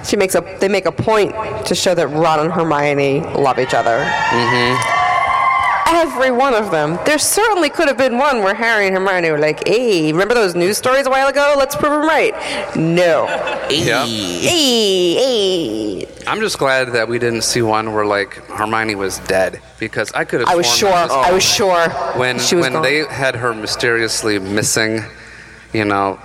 Speaker 6: she makes a, they make a point to show that Ron and Hermione love each other. Mm-hmm. Every one of them. There certainly could have been one where Harry and Hermione were like, hey, remember those news stories a while ago? Let's prove them right. No.
Speaker 1: Yeah.
Speaker 6: hey, hey.
Speaker 1: I'm just glad that we didn't see one where like Hermione was dead because I could have.
Speaker 6: I was
Speaker 1: sworn that
Speaker 6: sure.
Speaker 1: this-
Speaker 6: I was sure.
Speaker 1: Oh. when
Speaker 6: she was
Speaker 1: when
Speaker 6: gone.
Speaker 1: they had her mysteriously missing, you know,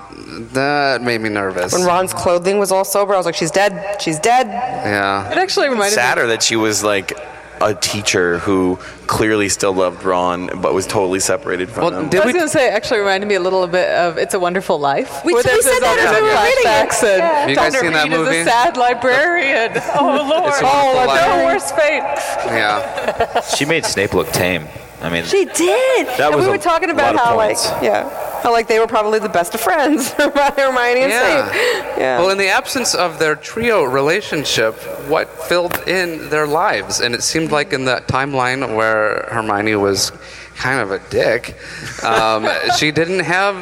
Speaker 1: that made me nervous.
Speaker 6: When Ron's clothing was all sober, I was like, "She's dead. She's dead."
Speaker 1: yeah.
Speaker 4: It actually reminded me.
Speaker 2: sadder that she was like a teacher who clearly still loved Ron but was totally separated from
Speaker 1: Well,
Speaker 2: him.
Speaker 1: did
Speaker 4: I
Speaker 1: we?
Speaker 4: was going to say, it actually reminded me a little bit of "It's a Wonderful Life."
Speaker 6: We-
Speaker 4: where
Speaker 6: we
Speaker 4: there's
Speaker 6: said
Speaker 4: this
Speaker 6: that
Speaker 4: all
Speaker 6: as we were reading it.
Speaker 4: flashbacks and
Speaker 6: Yeah.
Speaker 1: Have you guys
Speaker 4: Dr.
Speaker 1: seen that
Speaker 4: Reed is
Speaker 1: movie?
Speaker 4: a sad librarian. Oh Lord!
Speaker 1: [laughs] It's a Wonderful
Speaker 4: oh,
Speaker 1: Life.
Speaker 4: no worse fate.
Speaker 1: Yeah.
Speaker 5: She made Snape look tame. I mean,
Speaker 6: She did.
Speaker 5: That
Speaker 6: and
Speaker 5: was
Speaker 6: we
Speaker 5: a
Speaker 6: were talking
Speaker 5: lot
Speaker 6: about
Speaker 5: of
Speaker 6: how,
Speaker 5: points.
Speaker 6: like, yeah, how like they were probably the best of friends, [laughs] Hermione and
Speaker 1: Yeah.
Speaker 6: Snape. Yeah.
Speaker 1: Well, in the absence of their trio relationship, what filled in their lives? And it seemed like in that timeline where Hermione was kind of a dick,
Speaker 6: [laughs]
Speaker 1: um, she didn't have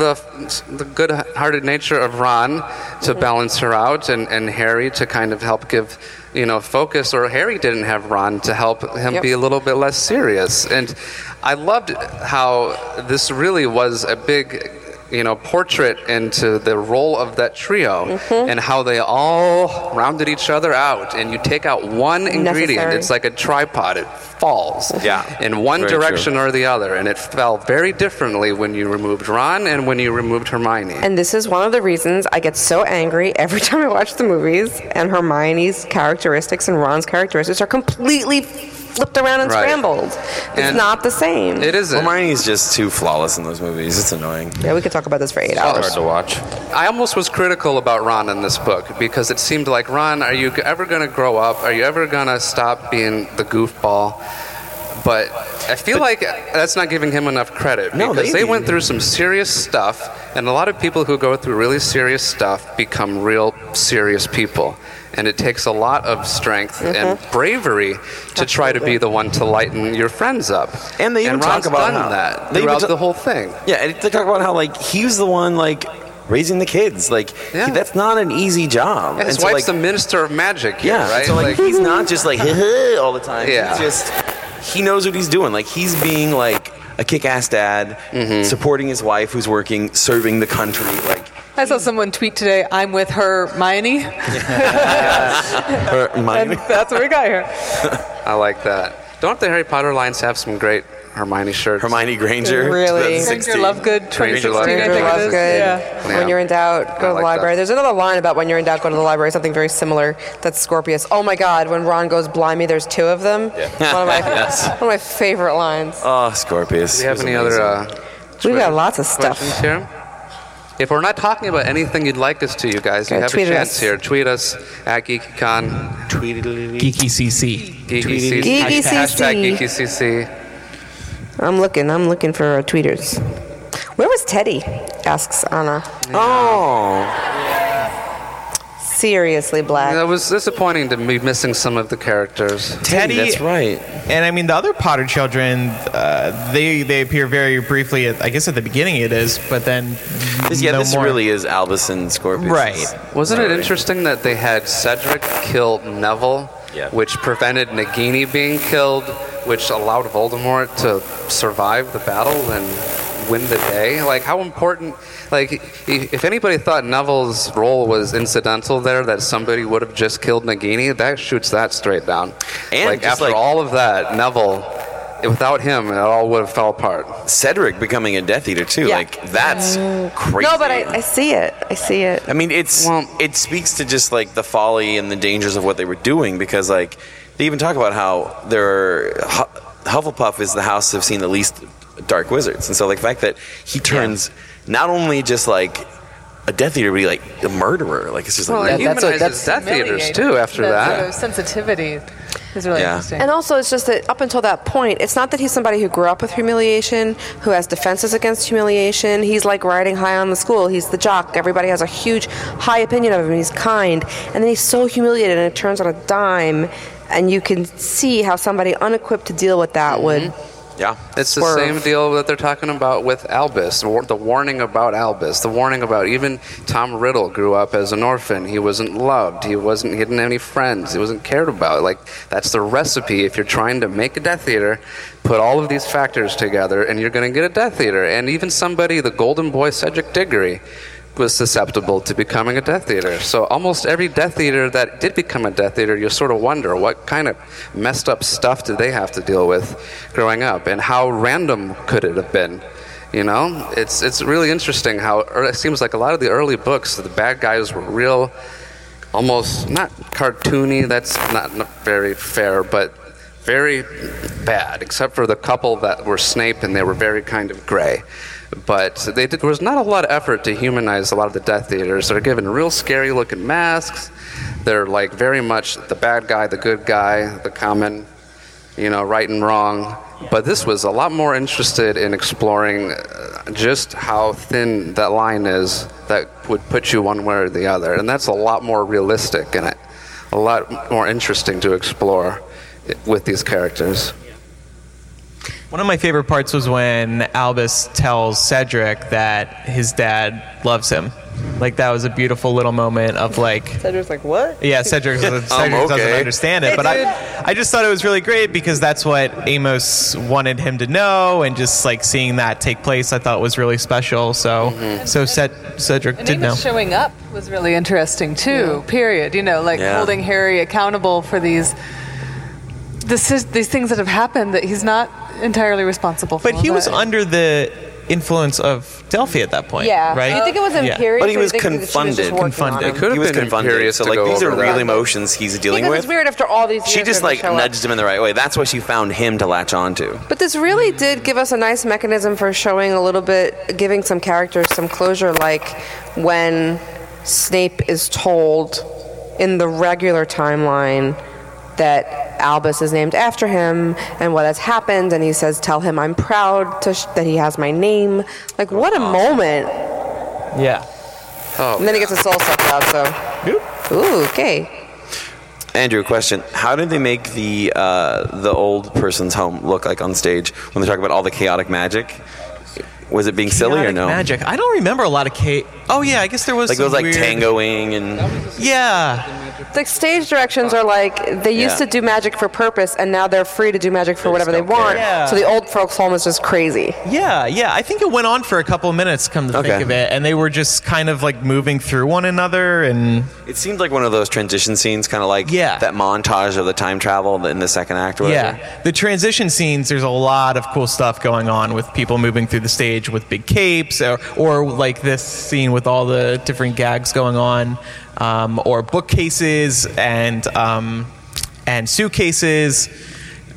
Speaker 1: the, the good hearted nature of Ron
Speaker 6: Mm-hmm.
Speaker 1: to balance her out and, and Harry to kind of help give. You know, focus, or Harry didn't have Ron to help him
Speaker 6: Yep.
Speaker 1: be a little bit less serious. And I loved how this really was a big you know, portrait into the role of that trio and how they all rounded each other out. And you take out one ingredient,
Speaker 6: Necessary.
Speaker 1: it's like a tripod, it falls
Speaker 2: Yeah.
Speaker 1: in one
Speaker 2: Very
Speaker 1: direction or the other. And it fell very differently when you removed Ron and when you removed Hermione.
Speaker 6: and this is one of the reasons I get so angry every [laughs] time I watch the movies. And Hermione's characteristics and Ron's characteristics are completely flipped around and
Speaker 1: Right.
Speaker 6: scrambled. It's
Speaker 1: And
Speaker 6: not the same.
Speaker 1: it isn't.
Speaker 2: Hermione's just too flawless in those movies. It's annoying.
Speaker 6: yeah, we could talk about this for eight hours.
Speaker 5: hard to watch.
Speaker 1: I almost was critical about Ron in this book because it seemed like, Ron, are you ever going to grow up? Are you ever going to stop being the goofball? But I feel like that's not giving him enough credit
Speaker 2: No,
Speaker 1: because
Speaker 2: they-
Speaker 1: they went through some serious stuff, and a lot of people who go through really serious stuff become real serious people. And it takes a lot of strength
Speaker 2: Mm-hmm.
Speaker 1: and bravery to try to be the one to lighten your friends up.
Speaker 2: And they even
Speaker 1: Ron's
Speaker 2: talk about
Speaker 1: done
Speaker 2: how-
Speaker 1: that
Speaker 2: they even
Speaker 1: throughout
Speaker 2: ta-
Speaker 1: the whole thing.
Speaker 2: Yeah, and they talk about how like he was the one like raising the kids. Like
Speaker 1: Yeah.
Speaker 2: he- that's not an easy job.
Speaker 1: His
Speaker 2: and so,
Speaker 1: wife's
Speaker 2: like,
Speaker 1: the minister of magic here,
Speaker 2: yeah,
Speaker 1: right?
Speaker 2: so like, he's not just like [laughs] all the time.
Speaker 1: Yeah.
Speaker 2: He's just he knows what he's doing. Like he's being like a kick-ass dad,
Speaker 1: Mm-hmm.
Speaker 2: supporting his wife who's working, serving the country. Like
Speaker 4: I saw someone tweet today, I'm with her, Hermione.
Speaker 1: [laughs]
Speaker 2: her,
Speaker 4: And
Speaker 2: mine.
Speaker 4: that's what we got here.
Speaker 1: I like that. Don't the Harry Potter lines have some great Hermione shirts?
Speaker 2: Hermione Granger.
Speaker 6: Really?
Speaker 4: Granger
Speaker 2: 2016.
Speaker 4: Lovegood 2016,
Speaker 1: Lovegood.
Speaker 4: I think it
Speaker 6: Love
Speaker 4: is.
Speaker 6: good.
Speaker 4: Yeah.
Speaker 1: Yeah.
Speaker 6: When you're in doubt,
Speaker 1: I
Speaker 6: go to
Speaker 1: like
Speaker 6: the library.
Speaker 1: that.
Speaker 6: There's another line about when you're in doubt, go to the library. Something very similar. That's Scorpius. Oh my God! When Ron goes blimey, there's two of them. One of
Speaker 1: [laughs]
Speaker 6: my one of my favorite lines.
Speaker 2: Oh, Scorpius.
Speaker 1: Do you have
Speaker 2: It was
Speaker 1: any
Speaker 2: amazing.
Speaker 1: other uh,
Speaker 6: We've got lots of
Speaker 1: questions
Speaker 6: stuff.
Speaker 1: here? If we're not talking about anything you'd like us to, you guys, you
Speaker 6: Yeah,
Speaker 1: have a
Speaker 6: tweet at
Speaker 1: chance
Speaker 6: us.
Speaker 1: here. Tweet us at GeekyCon,
Speaker 3: Geeky CC.
Speaker 1: GeekyCC,
Speaker 6: Geeky
Speaker 1: hashtag
Speaker 6: CC.
Speaker 1: GeekyCC.
Speaker 6: I'm looking. I'm looking for uh, tweeters. Where was Teddy? Asks Anna.
Speaker 2: Oh,
Speaker 6: Seriously, Black.
Speaker 1: That was disappointing to be missing some of the characters.
Speaker 2: Teddy.
Speaker 3: Teddy-
Speaker 2: That's right.
Speaker 3: And I mean, the other Potter children, uh, they they appear very briefly. At, I guess at the beginning it is, but then
Speaker 1: uh,
Speaker 2: This, yeah,
Speaker 3: no
Speaker 2: this
Speaker 3: more.
Speaker 2: really is Albus and Scorpius.
Speaker 3: Right.
Speaker 1: Wasn't it interesting that they had Cedric kill Neville,
Speaker 2: Yeah.
Speaker 1: which prevented Nagini being killed, which allowed Voldemort to survive the battle and win the day? Like, how important, like, i- if anybody thought Neville's role was incidental there, that somebody would have just killed Nagini, that shoots that straight down.
Speaker 2: And
Speaker 1: like,
Speaker 2: just
Speaker 1: after
Speaker 2: like-
Speaker 1: all of that, Neville, without him, it all would have fell apart.
Speaker 2: Cedric becoming a Death Eater too.
Speaker 6: Yeah.
Speaker 2: Like that's crazy.
Speaker 6: no, but I, I see it. I see it.
Speaker 2: I mean, it's
Speaker 1: Well-
Speaker 2: it speaks to just like the folly and the dangers of what they were doing because like they even talk about how their Hu- Hufflepuff is the house that's seen the least dark wizards. And so like the fact that he turns not only just like a Death Eater, but he, like a murderer. Like it's just
Speaker 1: Well,
Speaker 2: like
Speaker 1: it
Speaker 7: That- that's a-
Speaker 1: humanizes
Speaker 7: that's-
Speaker 1: Death Theaters too after that.
Speaker 4: sensitivity is really
Speaker 2: Yeah.
Speaker 4: interesting.
Speaker 6: And also, it's just that up until that point, it's not that he's somebody who grew up with humiliation, who has defenses against humiliation. He's like riding high on the school. He's the jock. Everybody has a huge, high opinion of him. He's kind. And then he's so humiliated and it turns on a dime. And you can see how somebody unequipped to deal with that would.
Speaker 2: yeah.
Speaker 1: It's the
Speaker 6: Swerve.
Speaker 1: same deal that they're talking about with Albus, war- the warning about Albus, the warning about even Tom Riddle grew up as an orphan. He wasn't loved. He wasn't. He didn't have any friends. He wasn't cared about. Like that's the recipe. If you're trying to make a Death Eater, put all of these factors together, and you're going to get a Death Eater. And even somebody, the Golden Boy Cedric Diggory, was susceptible to becoming a Death Eater. So almost every Death Eater that did become a Death Eater, you sort of wonder what kind of messed up stuff did they have to deal with growing up, and how random could it have been? You know, it's it's really interesting how or it seems like a lot of the early books, the bad guys were real, almost not cartoony. That's not not very fair, but very bad, except for the couple that were Snape and they were very kind of gray. But they did, there was not a lot of effort to humanize a lot of the Death Eaters. They're given real scary looking masks. They're like very much the bad guy, the good guy, the common, you know, right and wrong. But this was a lot more interested in exploring uh, just how thin that line is that would put you one way or the other. And that's a lot more realistic in it, a lot more interesting to explore with these characters.
Speaker 3: One of my favorite parts was when Albus tells Cedric that his dad loves him. Like that was a beautiful little moment of like
Speaker 6: Cedric's like, what?
Speaker 3: Yeah, Cedric,
Speaker 6: [laughs]
Speaker 3: Cedric doesn't
Speaker 2: okay.
Speaker 3: understand it, but I, I just thought it was really great because that's what Amos wanted him to know, and just like seeing that take place, I thought was really special. So, so Ced- Cedric
Speaker 4: And
Speaker 3: did
Speaker 4: even
Speaker 3: know.
Speaker 4: showing up was really interesting too. Period. You know, like
Speaker 2: Yeah.
Speaker 4: holding Harry accountable for these this is, these things that have happened that he's not entirely responsible for.
Speaker 3: But he was
Speaker 4: But-
Speaker 3: under the influence of Delphi at that point.
Speaker 6: Yeah.
Speaker 3: right.
Speaker 6: Do you think it was
Speaker 3: Yeah.
Speaker 6: imperious?
Speaker 2: But he
Speaker 6: or do you
Speaker 2: was
Speaker 6: think that she just
Speaker 2: confunded.
Speaker 6: working on
Speaker 3: Confunded.
Speaker 6: him?
Speaker 1: It could have
Speaker 2: he was
Speaker 1: been
Speaker 2: confunded.
Speaker 1: curious
Speaker 2: So
Speaker 1: to
Speaker 2: like
Speaker 1: go
Speaker 2: these are
Speaker 1: over
Speaker 2: real
Speaker 1: that.
Speaker 2: emotions he's dealing
Speaker 6: Because
Speaker 2: with.
Speaker 6: it's weird after all these years.
Speaker 2: She just
Speaker 6: for him
Speaker 2: like
Speaker 6: to show up.
Speaker 2: nudged him in the right way. That's what she found him to latch onto.
Speaker 6: But this really did give us a nice mechanism for showing a little bit, giving some characters some closure, like when Snape is told in the regular timeline that Albus is named after him and what has happened, and he says, Tell him I'm proud to sh- that he has my name. Like, what a moment.
Speaker 3: Yeah.
Speaker 6: And then he gets his soul sucked out, so. Ooh, okay.
Speaker 2: Andrew, question: How did they make the uh, the old person's home look like on stage when they talk about all the chaotic magic? Was it being silly or
Speaker 3: Chaotic
Speaker 2: no?
Speaker 3: Magic. I don't remember a lot of Kate. Oh yeah, I guess there was
Speaker 2: Like it was
Speaker 3: some
Speaker 2: like
Speaker 3: weird-
Speaker 2: tangoing and
Speaker 3: Yeah,
Speaker 6: The stage directions are like they used
Speaker 2: Yeah.
Speaker 6: to do magic for purpose, and now they're free to do magic for whatever they
Speaker 2: don't care.
Speaker 6: want.
Speaker 3: Yeah.
Speaker 6: So the old folks' home is just crazy.
Speaker 3: yeah, yeah. I think it went on for a couple of minutes. Come to
Speaker 2: Okay.
Speaker 3: think of it, and they were just kind of like moving through one another, and
Speaker 2: it seemed like one of those transition scenes, kind of like
Speaker 3: Yeah.
Speaker 2: that montage of the time travel in the second act. Or whatever.
Speaker 3: Yeah, the transition scenes. There's a lot of cool stuff going on with people moving through the stage with big capes, or, or like this scene with all the different gags going on, um, or bookcases and um, and suitcases.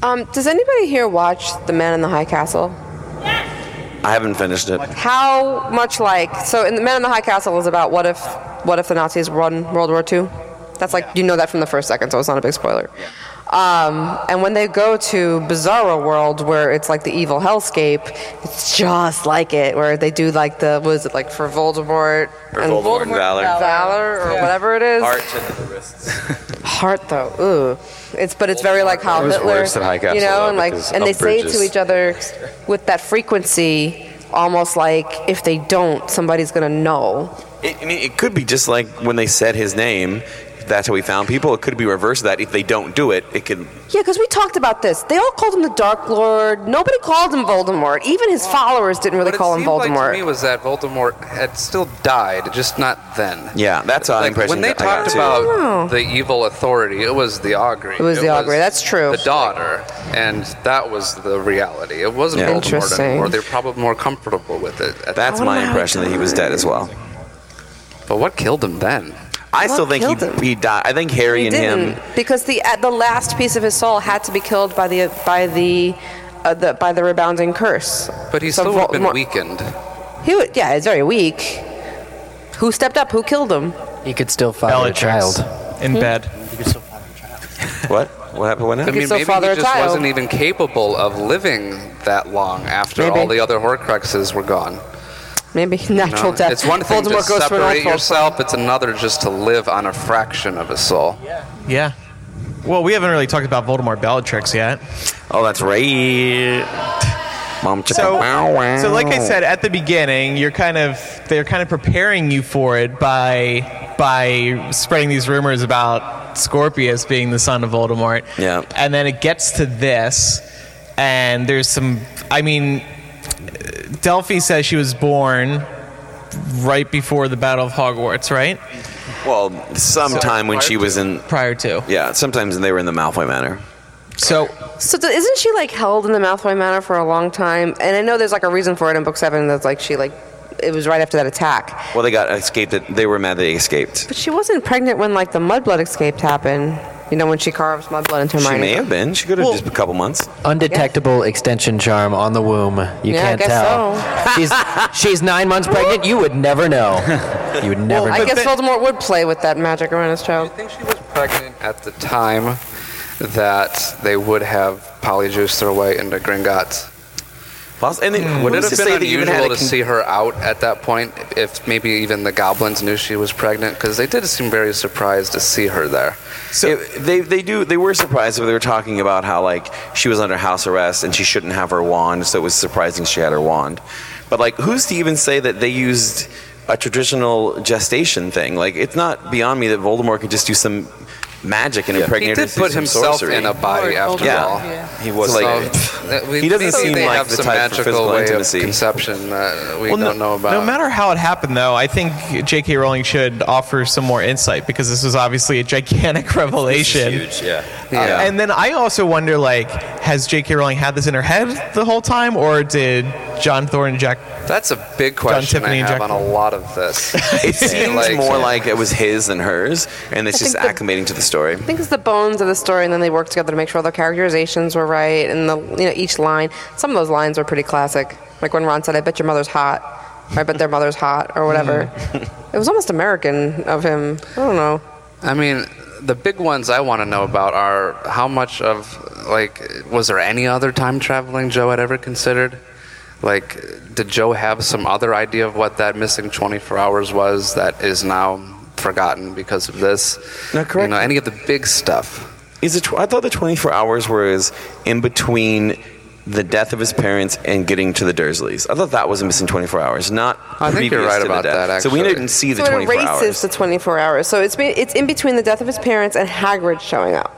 Speaker 6: Um, does anybody here watch The Man in the High Castle?
Speaker 2: I haven't finished it.
Speaker 6: How much like so? In The Man in the High Castle is about what if what if the Nazis won World War II? That's like you know that from the first second, so it's not a big spoiler. Um, and when they go to Bizarro World, where it's like the evil hellscape, it's just like it, where they do like the what is it like for Voldemort and
Speaker 2: Voldemort and Valor.
Speaker 6: Valor or whatever it is.
Speaker 2: Art to the wrists.
Speaker 6: heart though. Ooh, it's but it's very like how
Speaker 5: It was
Speaker 6: Hitler,
Speaker 5: worse than High Castle,
Speaker 6: you know,
Speaker 5: though,
Speaker 6: and like
Speaker 5: because
Speaker 6: and they say it to
Speaker 5: Umbridge's-
Speaker 6: each other with that frequency, almost like if they don't, somebody's gonna know.
Speaker 2: It, I mean, it could be just like when they said his name. That's how we found people. It could be reverse of that if they don't do it. It could
Speaker 6: Yeah, because we talked about this. They all called him the Dark Lord. Nobody called him Voldemort. Even his followers didn't really
Speaker 1: What it
Speaker 6: call him
Speaker 1: seemed like to me
Speaker 6: Voldemort.
Speaker 1: was that Voldemort had still died, just not then.
Speaker 2: Yeah, that's how I'm
Speaker 1: like,
Speaker 2: impressing
Speaker 1: When they
Speaker 2: that I got
Speaker 1: talked
Speaker 2: too.
Speaker 1: about the evil authority, it was the Augury.
Speaker 6: Oh. It was the Augury, that's true.
Speaker 1: The daughter, and that was the reality. It wasn't
Speaker 2: Yeah.
Speaker 1: Voldemort
Speaker 6: Interesting.
Speaker 1: anymore. They were probably more comfortable with it. at
Speaker 2: That's
Speaker 6: I wonder
Speaker 2: my
Speaker 6: how he
Speaker 2: impression that he was dead as well.
Speaker 1: that- but what killed him then?
Speaker 2: I still
Speaker 6: What
Speaker 2: think
Speaker 6: killed
Speaker 2: he,
Speaker 6: him?
Speaker 2: he died. I think Harry
Speaker 6: He
Speaker 2: and
Speaker 6: didn't
Speaker 2: him.
Speaker 6: because the uh, the last piece of his soul had to be killed by the by the uh, the, by the rebounding curse.
Speaker 1: But he's
Speaker 6: So
Speaker 1: still would have
Speaker 6: Vol-
Speaker 1: been
Speaker 6: Mor-
Speaker 1: weakened.
Speaker 6: He would, yeah, it's very weak. Who stepped up? Who killed him?
Speaker 7: He could still father
Speaker 3: Bellatrix
Speaker 7: a child.
Speaker 3: in bed.
Speaker 2: What? What happened? What
Speaker 1: I
Speaker 2: happened?
Speaker 1: mean,
Speaker 6: still
Speaker 1: maybe he
Speaker 6: father a
Speaker 1: just
Speaker 6: child.
Speaker 1: wasn't even capable of living that long after
Speaker 6: Maybe.
Speaker 1: all the other Horcruxes were gone.
Speaker 6: Maybe [laughs]
Speaker 1: you know?
Speaker 6: natural death.
Speaker 1: It's one thing
Speaker 6: Voldemort
Speaker 1: to
Speaker 6: goes for an
Speaker 1: separate
Speaker 6: awful-
Speaker 1: yourself; it's another just to live on a fraction of a soul.
Speaker 3: Yeah. Well, we haven't really talked about Voldemort Bellatrix yet.
Speaker 2: Oh, that's right. Mom, chicka
Speaker 3: So,
Speaker 2: bow wow.
Speaker 3: so like I said at the beginning, you're kind of they're kind of preparing you for it by by spreading these rumors about Scorpius being the son of Voldemort.
Speaker 2: Yeah.
Speaker 3: And then it gets to this, and there's some. I mean, Delphi says she was born right before the Battle of Hogwarts, right?
Speaker 2: well, sometime when she was in,
Speaker 3: Prior to.
Speaker 2: yeah, sometimes they were in the Malfoy Manor.
Speaker 3: So
Speaker 6: So th- isn't she like held in the Malfoy Manor for a long time? And I know there's like a reason for it in book seven. That's like she like it was right after that attack.
Speaker 2: Well, they got escaped. They were mad they escaped.
Speaker 6: But she wasn't pregnant when like the Mudblood escaped happened. You know when she carves Mudblood into
Speaker 2: She
Speaker 6: Hermione.
Speaker 2: may have been. She could have
Speaker 3: Well-
Speaker 2: just a couple months.
Speaker 7: Undetectable extension charm on the womb. You
Speaker 6: Yeah, I
Speaker 7: can't
Speaker 6: guess
Speaker 7: tell.
Speaker 6: so.
Speaker 7: [laughs] she's she's nine months pregnant. You would never know. You would never
Speaker 6: I
Speaker 7: know.
Speaker 6: guess Voldemort would play with that magic around his child.
Speaker 1: I think she was pregnant at the time that they would have polyjuiced their way into Gringotts.
Speaker 2: Poss- And then,
Speaker 1: Would it
Speaker 2: who's
Speaker 1: have
Speaker 2: to say
Speaker 1: been
Speaker 2: they even had
Speaker 1: unusual
Speaker 2: a
Speaker 1: to
Speaker 2: con-
Speaker 1: see her out at that point if maybe even the goblins knew she was pregnant? Because they did seem very surprised to see her there.
Speaker 3: So-
Speaker 2: It- they they do they were surprised when they were talking about how like she was under house arrest and she shouldn't have her wand, so it was surprising she had her wand. But like, who's to even say that they used a traditional gestation thing? Like, it's not beyond me that Voldemort could just do some magic and impregnate
Speaker 1: He
Speaker 2: her
Speaker 1: did
Speaker 2: through
Speaker 1: put
Speaker 2: some
Speaker 1: himself
Speaker 2: sorcery.
Speaker 1: in a body after
Speaker 2: Yeah.
Speaker 1: all.
Speaker 2: He was
Speaker 1: So,
Speaker 2: like,
Speaker 1: that we-
Speaker 2: he doesn't
Speaker 1: maybe
Speaker 2: seem
Speaker 1: they
Speaker 2: like
Speaker 1: have
Speaker 2: the
Speaker 1: some
Speaker 2: type for
Speaker 1: magical
Speaker 2: physical
Speaker 1: way
Speaker 2: intimacy.
Speaker 1: of conception that we
Speaker 3: Well,
Speaker 1: don't know about.
Speaker 3: No matter how it happened, though, I think J.K. Rowling should offer some more insight because this was obviously a gigantic [laughs] revelation.
Speaker 5: Huge, yeah.
Speaker 1: Yeah.
Speaker 3: And then I also wonder, like, has J.K. Rowling had this in her head the whole time, or did John Thorne and Jack?
Speaker 1: That's a big question I
Speaker 3: Tiffany and
Speaker 1: have on
Speaker 3: Jack-
Speaker 1: a lot of this.
Speaker 2: It seems
Speaker 1: like-
Speaker 2: more like it was his than hers, and it's just
Speaker 6: think the-
Speaker 2: acclimating to the story.
Speaker 6: I think it's the bones of the story, and then they worked together to make sure all their characterizations were right, and the you know each line. Some of those lines were pretty classic, like when Ron said, "I bet your mother's hot," or "I bet their mother's hot," or whatever.
Speaker 2: Mm-hmm.
Speaker 6: it was almost American of him. I don't know.
Speaker 1: I mean, the big ones I want to know about are how much of like was there any other time traveling Joe had ever considered? Like, did Joe have some other idea of what that missing 24 hours was that is now forgotten because of this?
Speaker 2: No, correct.
Speaker 1: You know, any of the big stuff.
Speaker 2: Is it? Tw- I thought the 24 hours was in between the death of his parents and getting to the Dursleys. I thought that was a missing 24 hours, not.
Speaker 1: I think you're
Speaker 2: previous
Speaker 1: right
Speaker 2: to the
Speaker 1: about
Speaker 2: death.
Speaker 1: that,
Speaker 2: so we
Speaker 1: actually.
Speaker 2: didn't see the
Speaker 6: so it
Speaker 2: 24
Speaker 6: erases
Speaker 2: hours.
Speaker 6: the 24 hours. So it's be, it's in between the death of his parents and Hagrid showing up.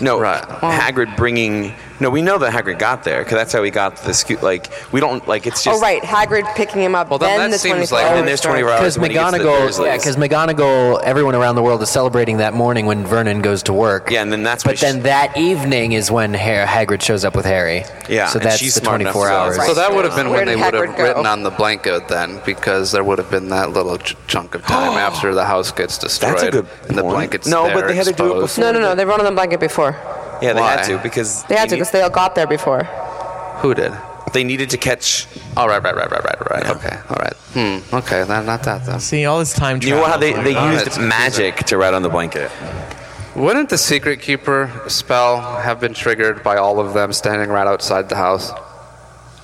Speaker 2: no,
Speaker 1: Right.
Speaker 2: Hagrid bringing. No, we know that Hagrid got there because that's how he got the scoot. Like we don't like it's just.
Speaker 6: oh right, Hagrid picking him up.
Speaker 1: Well, then
Speaker 6: then,
Speaker 1: that
Speaker 6: the
Speaker 1: seems
Speaker 6: 24
Speaker 1: like-
Speaker 2: And
Speaker 6: hours
Speaker 2: then there's 24
Speaker 6: starts.
Speaker 2: hours
Speaker 7: Because
Speaker 2: when he gets to the
Speaker 7: McGonagall,
Speaker 2: Dursleys.
Speaker 7: yeah, because McGonagall, everyone around the world is celebrating that morning when Vernon goes to work.
Speaker 2: Yeah, and then that's
Speaker 7: But
Speaker 2: when she-
Speaker 7: then that evening is when Har- Hagrid shows up with Harry.
Speaker 2: Yeah,
Speaker 7: so
Speaker 2: and
Speaker 7: that's
Speaker 2: she's
Speaker 7: the
Speaker 2: smart enough
Speaker 7: 24
Speaker 2: to
Speaker 7: hours.
Speaker 2: realize
Speaker 1: So that would have been
Speaker 6: Where
Speaker 1: when they
Speaker 6: did
Speaker 1: would
Speaker 6: Hagrid
Speaker 1: have
Speaker 6: go?
Speaker 1: written on the blanket then, because there would have been that little ch- chunk of
Speaker 2: [gasps]
Speaker 1: time after the house gets destroyed.
Speaker 2: That's a good
Speaker 1: And the
Speaker 2: point.
Speaker 1: blankets.
Speaker 2: No, but
Speaker 1: there
Speaker 2: they had to do it
Speaker 1: exposed.
Speaker 2: before.
Speaker 6: No, no, no. They run on the blanket before.
Speaker 2: Yeah, they had
Speaker 1: Why?
Speaker 2: to because
Speaker 6: They had to because they all got there before.
Speaker 1: Who did?
Speaker 2: they needed to catch.
Speaker 1: Oh, right, right, right, right, right, right. Okay, all right. Hmm. Okay, not, not that then.
Speaker 3: [laughs] See all this time
Speaker 2: You
Speaker 3: travel.
Speaker 2: know how they, they
Speaker 1: God, it's
Speaker 2: used
Speaker 1: confusing.
Speaker 2: magic to write on the blanket.
Speaker 1: Wouldn't the Secret Keeper spell have been triggered by all of them standing right outside the house?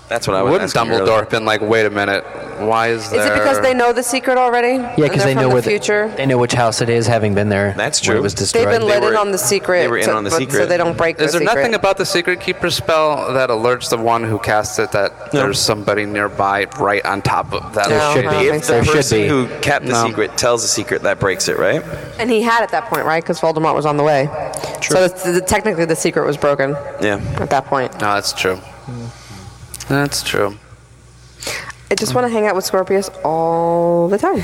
Speaker 2: That's what I was.
Speaker 1: Wouldn't
Speaker 2: asking
Speaker 1: Dumbledore
Speaker 2: earlier.
Speaker 1: have been like, wait a minute, why is there...
Speaker 6: Is it because they know the secret already?
Speaker 7: Yeah,
Speaker 6: And
Speaker 7: because
Speaker 6: they're
Speaker 7: they
Speaker 6: from
Speaker 7: know
Speaker 6: the
Speaker 7: where
Speaker 6: future.
Speaker 7: they know which house it is, having been there.
Speaker 2: That's
Speaker 7: when
Speaker 2: true.
Speaker 7: It was
Speaker 2: They've
Speaker 7: destroyed.
Speaker 6: They've been let
Speaker 2: were-
Speaker 6: in on the secret.
Speaker 2: they were in
Speaker 6: so,
Speaker 2: on the
Speaker 6: but- so
Speaker 2: secret.
Speaker 6: they don't break.
Speaker 1: Is
Speaker 6: the
Speaker 1: there nothing
Speaker 6: secret.
Speaker 1: about the Secret Keeper spell that alerts the one who casts it that
Speaker 2: No.
Speaker 1: there's somebody nearby right on top of that?
Speaker 7: There
Speaker 6: No,
Speaker 7: should
Speaker 6: I don't
Speaker 7: be.
Speaker 6: think
Speaker 2: If
Speaker 6: so.
Speaker 2: the
Speaker 7: There should
Speaker 2: person
Speaker 7: be.
Speaker 2: who kept the
Speaker 1: No.
Speaker 2: secret tells the secret, that breaks it, right?
Speaker 6: And he had at that point, right? Because Voldemort was on the way. True. So it's, the, technically, the secret was broken
Speaker 2: Yeah.
Speaker 6: at that point.
Speaker 1: No, that's true. That's true.
Speaker 6: I just want to hang out with Scorpius all the time.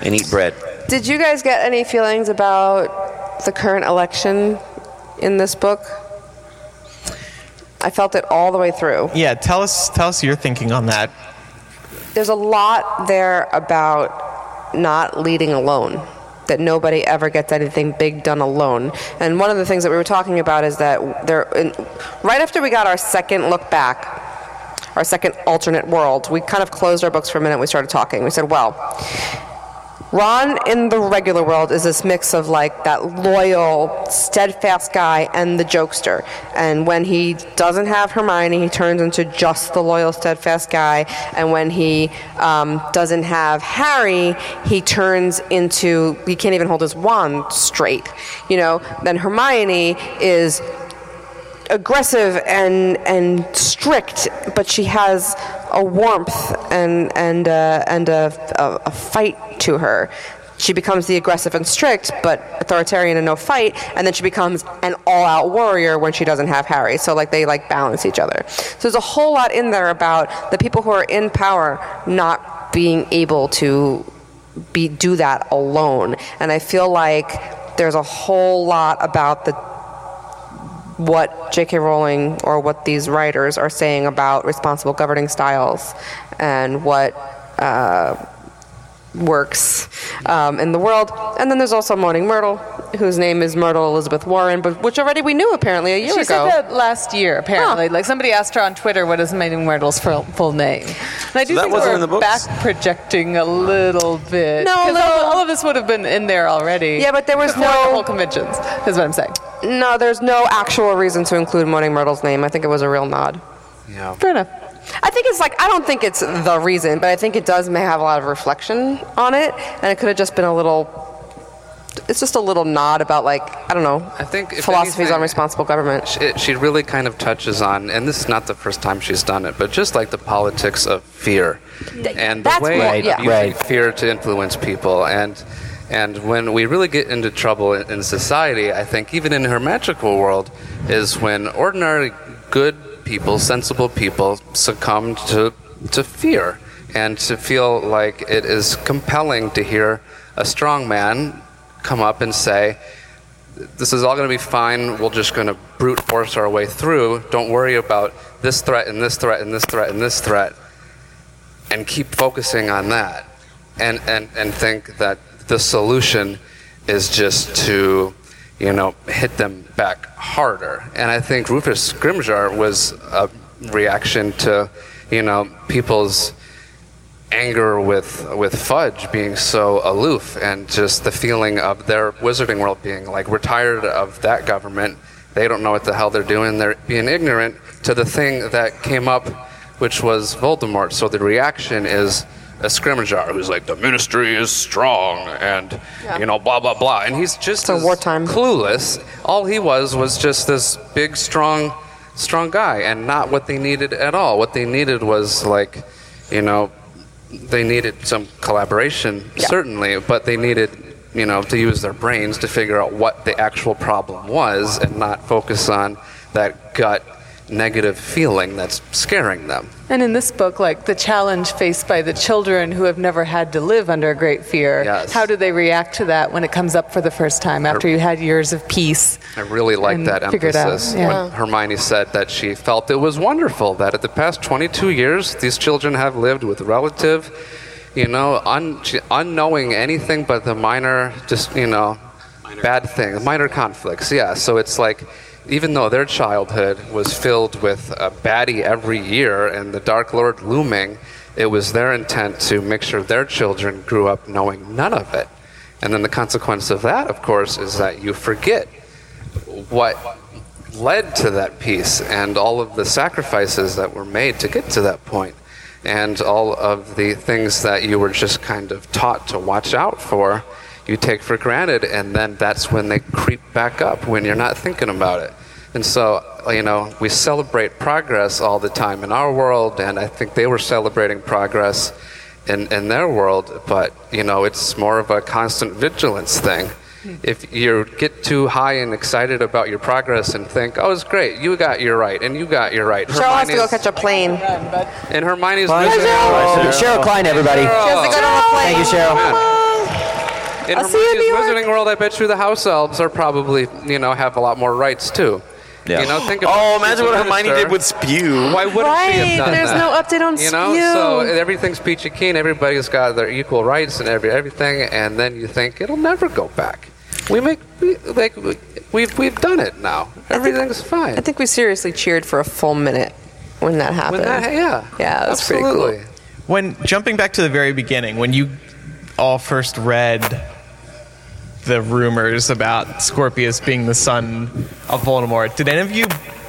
Speaker 2: And eat bread.
Speaker 6: Did you guys get any feelings about the current election in this book? I felt it all the way through.
Speaker 3: Yeah, tell us tell us your thinking on that.
Speaker 6: There's a lot there about not leading alone. that nobody ever gets anything big done alone. And one of the things that we were talking about is that there, in, right after we got our second look back, our second alternate world, we kind of closed our books for a minute. We started talking. We said, well, Ron in the regular world is this mix of like that loyal, steadfast guy and the jokester. And when he doesn't have Hermione, he turns into just the loyal, steadfast guy. And when he um, doesn't have Harry, he turns into he can't even hold his wand straight. You know. Then Hermione is aggressive and and strict, but she has a warmth and and uh, and a, a, a fight to her. She becomes the aggressive and strict, but authoritarian and no fight, and then she becomes an all-out warrior when she doesn't have Harry. So like they like balance each other. So there's a whole lot in there about the people who are in power not being able to be do that alone. And I feel like there's a whole lot about the what J.K. Rowling or what these writers are saying about responsible governing styles and what uh, works um, in the world. And then there's also Moaning Myrtle, whose name is Myrtle Elizabeth Warren, but which already we knew apparently a year
Speaker 4: She
Speaker 6: ago.
Speaker 4: said that last year, apparently. Like somebody asked her on Twitter, "What is Maiden Myrtle's full, full name?" And I do
Speaker 2: that wasn't
Speaker 4: think we're
Speaker 2: in the books?
Speaker 4: back projecting a little bit.
Speaker 6: No,
Speaker 4: 'Cause
Speaker 6: no.
Speaker 4: All, all of this would have been in there already.
Speaker 6: Yeah, but there was
Speaker 4: before
Speaker 6: no-
Speaker 4: the whole conventions. Is what I'm saying.
Speaker 6: no, there's no actual reason to include Moaning Myrtle's name. I think it was a real nod.
Speaker 4: Fair enough.
Speaker 6: I think it's like I don't think it's the reason, but I think it does may have a lot of reflection on it, and it could have just been a little. It's just a little nod about like I don't know.
Speaker 1: I think if
Speaker 6: philosophies on
Speaker 1: anything-
Speaker 6: responsible government.
Speaker 1: it, she really kind of touches on, and this is not the first time she's done it, but just like the politics of fear and the
Speaker 6: that's
Speaker 1: way
Speaker 6: more-
Speaker 1: of
Speaker 6: yeah.
Speaker 1: using
Speaker 7: Right.
Speaker 1: fear to influence people and. And when we really get into trouble in, in society, I think even in her magical world, is when ordinary good people, sensible people, succumb to, to fear and to feel like it is compelling to hear a strong man come up and say, this is all going to be fine. We're just going to brute force our way through. Don't worry about this threat and this threat and this threat and this threat, and keep focusing on that, and and and think that the solution is just to, you know, hit them back harder. And I think Rufus Scrimgeour was a reaction to, you know, people's anger with with Fudge being so aloof and just the feeling of their Wizarding World being like we're tired of that government. They don't know what the hell they're doing. They're being ignorant to the thing that came up, which was Voldemort. So the reaction is a scrimmager who's like the ministry is strong and you know blah blah blah and he's just
Speaker 6: a
Speaker 1: as
Speaker 6: wartime.
Speaker 1: clueless all he was was just this big strong strong guy and not what they needed at all what they needed was like you know they needed some collaboration, certainly, but they needed, you know, to use their brains to figure out what the actual problem was and not focus on that gut negative feeling that's scaring them.
Speaker 4: And in this book, like the challenge faced by the children who have never had to live under a great fear,
Speaker 1: Yes.
Speaker 4: how do they react to that when it comes up for the first time after you had years of peace?
Speaker 1: I really like
Speaker 4: and
Speaker 1: that
Speaker 4: figure it out.
Speaker 1: emphasis
Speaker 4: Yeah.
Speaker 1: when Hermione said that she felt it was wonderful that at the past 22 years these children have lived with relative, you know, un- she- unknowing anything but the minor, just you know, bad things, minor conflicts. Yeah, so it's like. Even though their childhood was filled with a baddie every year and the Dark Lord looming, it was their intent to make sure their children grew up knowing none of it. And then the consequence of that, of course, is that you forget what led to that peace and all of the sacrifices that were made to get to that point and all of the things that you were just kind of taught to watch out for you take for granted and then that's when they creep back up when you're not thinking about it and so you know we celebrate progress all the time in our world and i think they were celebrating progress in, in their world but you know it's more of a constant vigilance thing
Speaker 6: Hmm.
Speaker 1: if you get too high and excited about your progress and think, "Oh, it's great, you got your right, and you got your right,"
Speaker 6: Cheryl has to go
Speaker 1: Hermione's-
Speaker 6: catch a plane.
Speaker 1: and Hermione's
Speaker 7: Bye,
Speaker 1: losing-
Speaker 7: Cheryl. Cheryl Klein, everybody.
Speaker 6: She has to go on a plane.
Speaker 7: Thank you, Cheryl.
Speaker 1: in
Speaker 6: I'll see you in
Speaker 1: Hermione's
Speaker 6: New York.
Speaker 1: Wizarding World, I bet you the house elves are probably, you know, have a lot more rights too.
Speaker 5: Yeah.
Speaker 1: You know, think about
Speaker 2: Oh,
Speaker 1: she's
Speaker 2: imagine
Speaker 1: a
Speaker 2: what Hermione
Speaker 1: minister.
Speaker 2: did with spew.
Speaker 1: Why wouldn't she have
Speaker 6: Right,
Speaker 1: done
Speaker 6: there's
Speaker 1: that?
Speaker 6: no update on
Speaker 1: you know,
Speaker 6: Spew.
Speaker 1: so everything's peachy keen. Everybody's got their equal rights and every everything, and then you think it'll never go back. We make we, like we- we've we've done it now. Everything's fine.
Speaker 6: I think we seriously cheered for a full minute when that happened.
Speaker 1: When that, yeah,
Speaker 6: Yeah, it was pretty cool.
Speaker 1: absolutely.
Speaker 3: When jumping back to the very beginning, when you all first read the rumors about Scorpius being the son of Voldemort, did any of you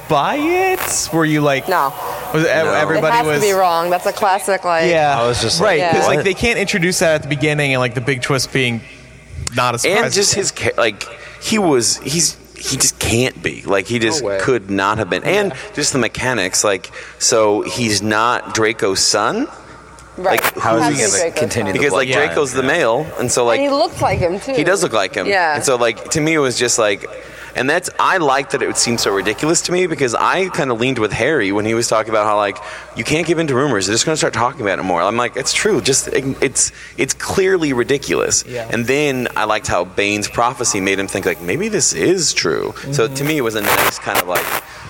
Speaker 3: buy it? Were you like,
Speaker 6: No.
Speaker 3: Was, e- Everybody
Speaker 6: it has
Speaker 3: was
Speaker 6: to be wrong. That's a classic. Like,
Speaker 3: Yeah,
Speaker 5: I was just like,
Speaker 3: right because
Speaker 6: what?
Speaker 3: like they can't introduce that at the beginning, and like the big twist being not a surprise.
Speaker 2: and just his ca- like he was he's he just can't be like he just
Speaker 1: way.
Speaker 2: could not have been and just the mechanics like so he's not draco's son
Speaker 6: right.
Speaker 2: like,
Speaker 5: How
Speaker 6: Has
Speaker 5: is
Speaker 6: to be
Speaker 5: he going to
Speaker 6: Draco's
Speaker 5: continue?
Speaker 6: son.
Speaker 2: because like
Speaker 5: bloodline,
Speaker 2: draco's the
Speaker 5: yeah.
Speaker 2: male and so like
Speaker 6: And he looked like him too.
Speaker 2: he does look like him
Speaker 6: Yeah.
Speaker 2: and so like to me it was just like and that's i liked that it would seem so ridiculous to me because i kind of leaned with harry when he was talking about how like you can't give in to rumors they're just going to start talking about it more i'm like it's true just it's it's clearly ridiculous and then i liked how bane's prophecy made him think like maybe this is true so
Speaker 5: Mm-hmm.
Speaker 2: to me it was a nice kind of like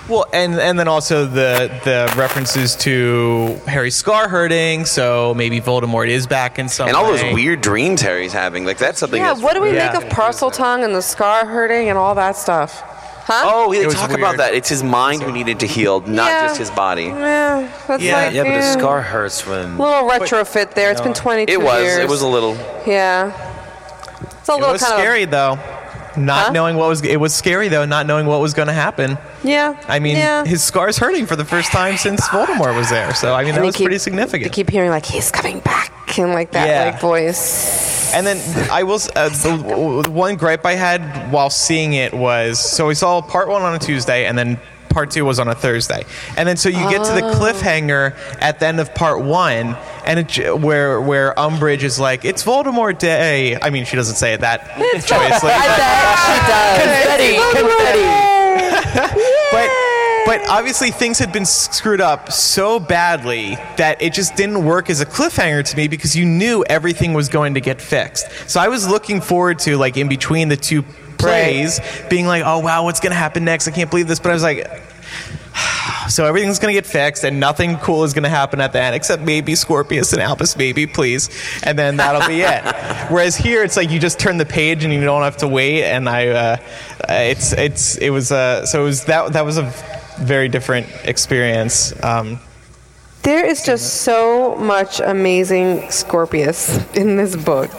Speaker 3: Well, and and then also the the references to Harry Scar hurting, so maybe Voldemort is back in some.
Speaker 2: and all those
Speaker 3: way.
Speaker 2: weird dreams harry's having like that's something
Speaker 6: yeah.
Speaker 2: that's
Speaker 6: What do we
Speaker 3: Yeah.
Speaker 6: make of parcel tongue and the scar hurting and all that stuff? Huh?
Speaker 2: Oh, they
Speaker 3: was
Speaker 2: talk about
Speaker 3: weird.
Speaker 2: that. It's his mind who needed to heal, not
Speaker 6: Yeah.
Speaker 2: just his body.
Speaker 6: Yeah. That's
Speaker 3: Yeah.
Speaker 6: like
Speaker 5: Yeah, but
Speaker 6: eh,
Speaker 5: his scar hurts when.
Speaker 6: Little retrofit there. It's been 22
Speaker 2: It was.
Speaker 6: years.
Speaker 2: It was a little.
Speaker 6: Yeah. It's a
Speaker 3: It
Speaker 6: little
Speaker 3: was
Speaker 6: kind
Speaker 3: scary though, not
Speaker 6: Huh?
Speaker 3: knowing what was. It was scary though, not knowing what was going to happen.
Speaker 6: of. Yeah.
Speaker 3: I mean,
Speaker 6: yeah.
Speaker 3: his scar's hurting for the first time since Voldemort was there. So I mean, that
Speaker 6: They
Speaker 3: was
Speaker 6: keep-
Speaker 3: pretty
Speaker 6: They
Speaker 3: significant.
Speaker 6: keep hearing like he's coming back and like that
Speaker 3: Yeah.
Speaker 6: like voice.
Speaker 3: And then I will. s- Uh, the, w- the one gripe I had while seeing it was so we saw part one on a Tuesday, and then part two was on a Thursday, and then so you get to the cliffhanger at the end of part one, and it, j- where where Umbridge is like, "It's Voldemort Day." I mean, she doesn't say it that joyously,
Speaker 6: I bet she does. Confetti.
Speaker 3: but but obviously things had been screwed up so badly that it just didn't work as a cliffhanger to me because you knew everything was going to get fixed. So I was looking forward to like in between the two plays being like, "Oh wow, what's going to happen next? I can't believe this." But I was like so everything's going to get fixed and nothing cool is going to happen at the end except maybe Scorpius and Albus maybe please and then that'll be
Speaker 6: [laughs]
Speaker 3: it. Whereas here it's like you just turn the page and you don't have to wait and I uh, uh, it's it's it was uh, so it was that that was a very different experience. Um,
Speaker 6: There is just so much amazing Scorpius in this book.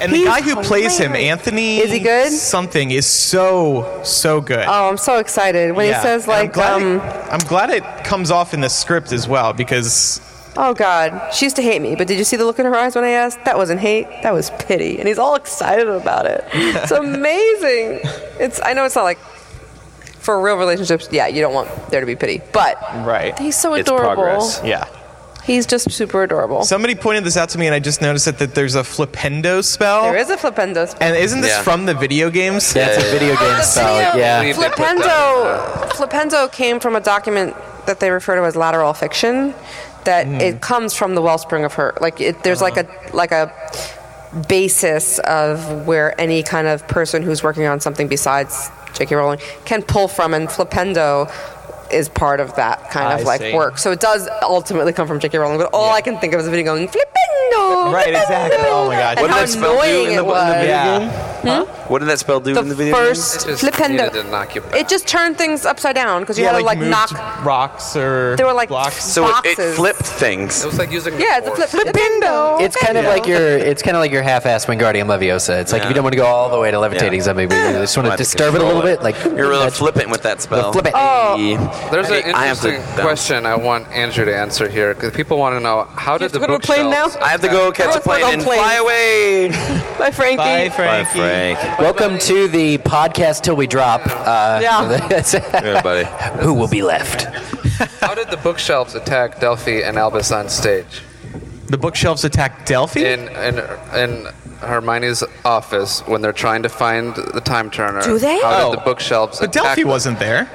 Speaker 3: and the
Speaker 6: He's
Speaker 3: guy who plays him,
Speaker 6: hilarious.
Speaker 3: Anthony
Speaker 6: Is he good?
Speaker 3: Something is so so good.
Speaker 6: Oh, I'm so excited when
Speaker 3: Yeah.
Speaker 6: he says
Speaker 3: And I'm
Speaker 6: like,
Speaker 3: glad
Speaker 6: um,
Speaker 3: it, I'm glad it comes off in the script as well because
Speaker 6: "Oh God, she used to hate me, but did you see the look in her eyes when I asked? That wasn't hate, that was pity." And he's all excited about
Speaker 3: [laughs]
Speaker 6: it. It's amazing. It's I know it's not like for real relationships. Yeah, you don't want there to be pity, but
Speaker 3: right,
Speaker 6: he's so
Speaker 5: It's
Speaker 6: adorable.
Speaker 5: progress.
Speaker 3: yeah.
Speaker 6: He's just super adorable.
Speaker 3: Somebody pointed this out to me, and I just noticed it, that there's a flipendo spell.
Speaker 6: there is a flipendo. spell.
Speaker 3: And isn't this
Speaker 2: Yeah.
Speaker 3: from the video games?
Speaker 7: That's a video
Speaker 6: Oh,
Speaker 7: game
Speaker 6: the
Speaker 7: spell.
Speaker 6: video-
Speaker 7: Yeah.
Speaker 1: they put that in
Speaker 6: Flipendo. Flipendo came from a document that they refer to as lateral fiction. That it comes from the wellspring of her. Like it, there's like a like a basis of where any kind of person who's working on something besides J.K. Rowling can pull from, and Flipendo is part of that kind
Speaker 3: I
Speaker 6: of like
Speaker 3: see.
Speaker 6: work. So it does ultimately come from J.K. Rowling. But all I can think of is a video going Flipendo.
Speaker 3: Right, exactly.
Speaker 6: Flipendo,"
Speaker 3: Oh my God.
Speaker 6: And
Speaker 2: What did
Speaker 6: how
Speaker 2: that spell do
Speaker 6: annoying
Speaker 2: in the- in
Speaker 6: it
Speaker 2: the
Speaker 6: was.
Speaker 2: video
Speaker 3: Yeah.
Speaker 2: What did that spell do in the video? game?
Speaker 6: first
Speaker 1: It just needed to knock you
Speaker 6: flipendo.
Speaker 1: back.
Speaker 6: It just turned things upside down because you had to like
Speaker 3: moved
Speaker 6: knock.
Speaker 3: rocks or
Speaker 6: They were like
Speaker 3: blocks.
Speaker 2: so it, it
Speaker 6: boxes.
Speaker 2: flipped things.
Speaker 1: It was like using the
Speaker 6: Yeah, it's a flip,
Speaker 1: force.
Speaker 6: flipendo.
Speaker 7: It's kind of like your it's kind of like your half-assed Wingardium Leviosa. It's like if you don't want to go all the way to levitating
Speaker 2: Yeah.
Speaker 7: something, but you just want to
Speaker 2: Might be
Speaker 7: disturb it a little
Speaker 2: control
Speaker 7: bit, like
Speaker 2: You're really
Speaker 7: that's-
Speaker 2: flippant with that spell.
Speaker 7: flip it.
Speaker 2: Oh,
Speaker 1: There's an
Speaker 2: I have to
Speaker 1: interesting
Speaker 2: bounce.
Speaker 1: question I want Andrew to answer here because people want to know how did
Speaker 6: have to
Speaker 1: the
Speaker 6: go to a plane
Speaker 1: bookshelves
Speaker 6: now?
Speaker 2: I have to go catch Oh, a
Speaker 6: Everyone's like
Speaker 2: plane
Speaker 6: on
Speaker 2: and
Speaker 6: planes.
Speaker 2: fly away.
Speaker 6: Bye, Frankie.
Speaker 3: Bye,
Speaker 5: Bye,
Speaker 3: Frankie.
Speaker 5: Frank.
Speaker 7: Welcome to the podcast till we drop. Uh, [laughs]
Speaker 6: Yeah.
Speaker 2: [laughs]
Speaker 5: Yeah, buddy.
Speaker 7: who will be left?
Speaker 1: [laughs] How did the bookshelves attack Delphi and Albus on stage
Speaker 3: The bookshelves attack Delphi.
Speaker 1: in in in Hermione's office when they're trying to find the time turner?
Speaker 6: Do they?
Speaker 1: How
Speaker 3: Oh.
Speaker 1: did the bookshelves?
Speaker 3: but
Speaker 1: attack
Speaker 3: Delphi
Speaker 1: them?
Speaker 3: wasn't there.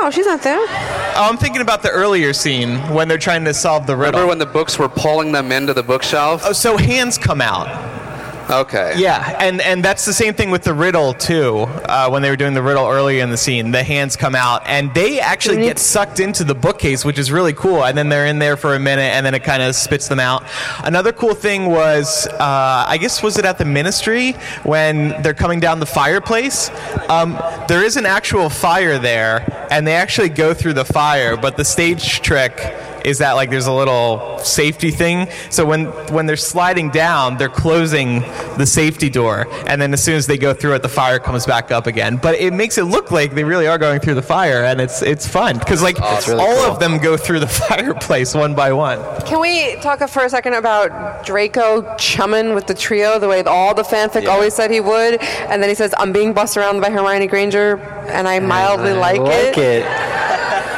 Speaker 6: No, she's not there.
Speaker 3: Oh, I'm thinking about the earlier scene when they're trying to solve the riddle.
Speaker 1: Remember when the books were pulling them into the bookshelf?
Speaker 3: oh, so hands come out.
Speaker 1: Okay.
Speaker 3: Yeah, and and that's the same thing with the riddle too. Uh, when they were doing the riddle earlier in the scene, the hands come out, and they actually get sucked into the bookcase, which is really cool. And then they're in there for a minute, and then it kind of spits them out. Another cool thing was, uh, I guess, was it at the ministry when they're coming down the fireplace? Um, there is an actual fire there, and they actually go through the fire, but the stage trick is that like there's a little safety thing. So when when they're sliding down, they're closing the safety door, and then as soon as they go through it, the fire comes back up again. But it makes it look like they really are going through the fire, and it's it's fun because like all of them go through the [laughs] fireplace one by one.
Speaker 6: Can we talk for a second about Draco chumming with the trio the way all the fanfic always said he would? And then he says, I'm being bussed around by Hermione Granger, and I mildly like,
Speaker 7: like it.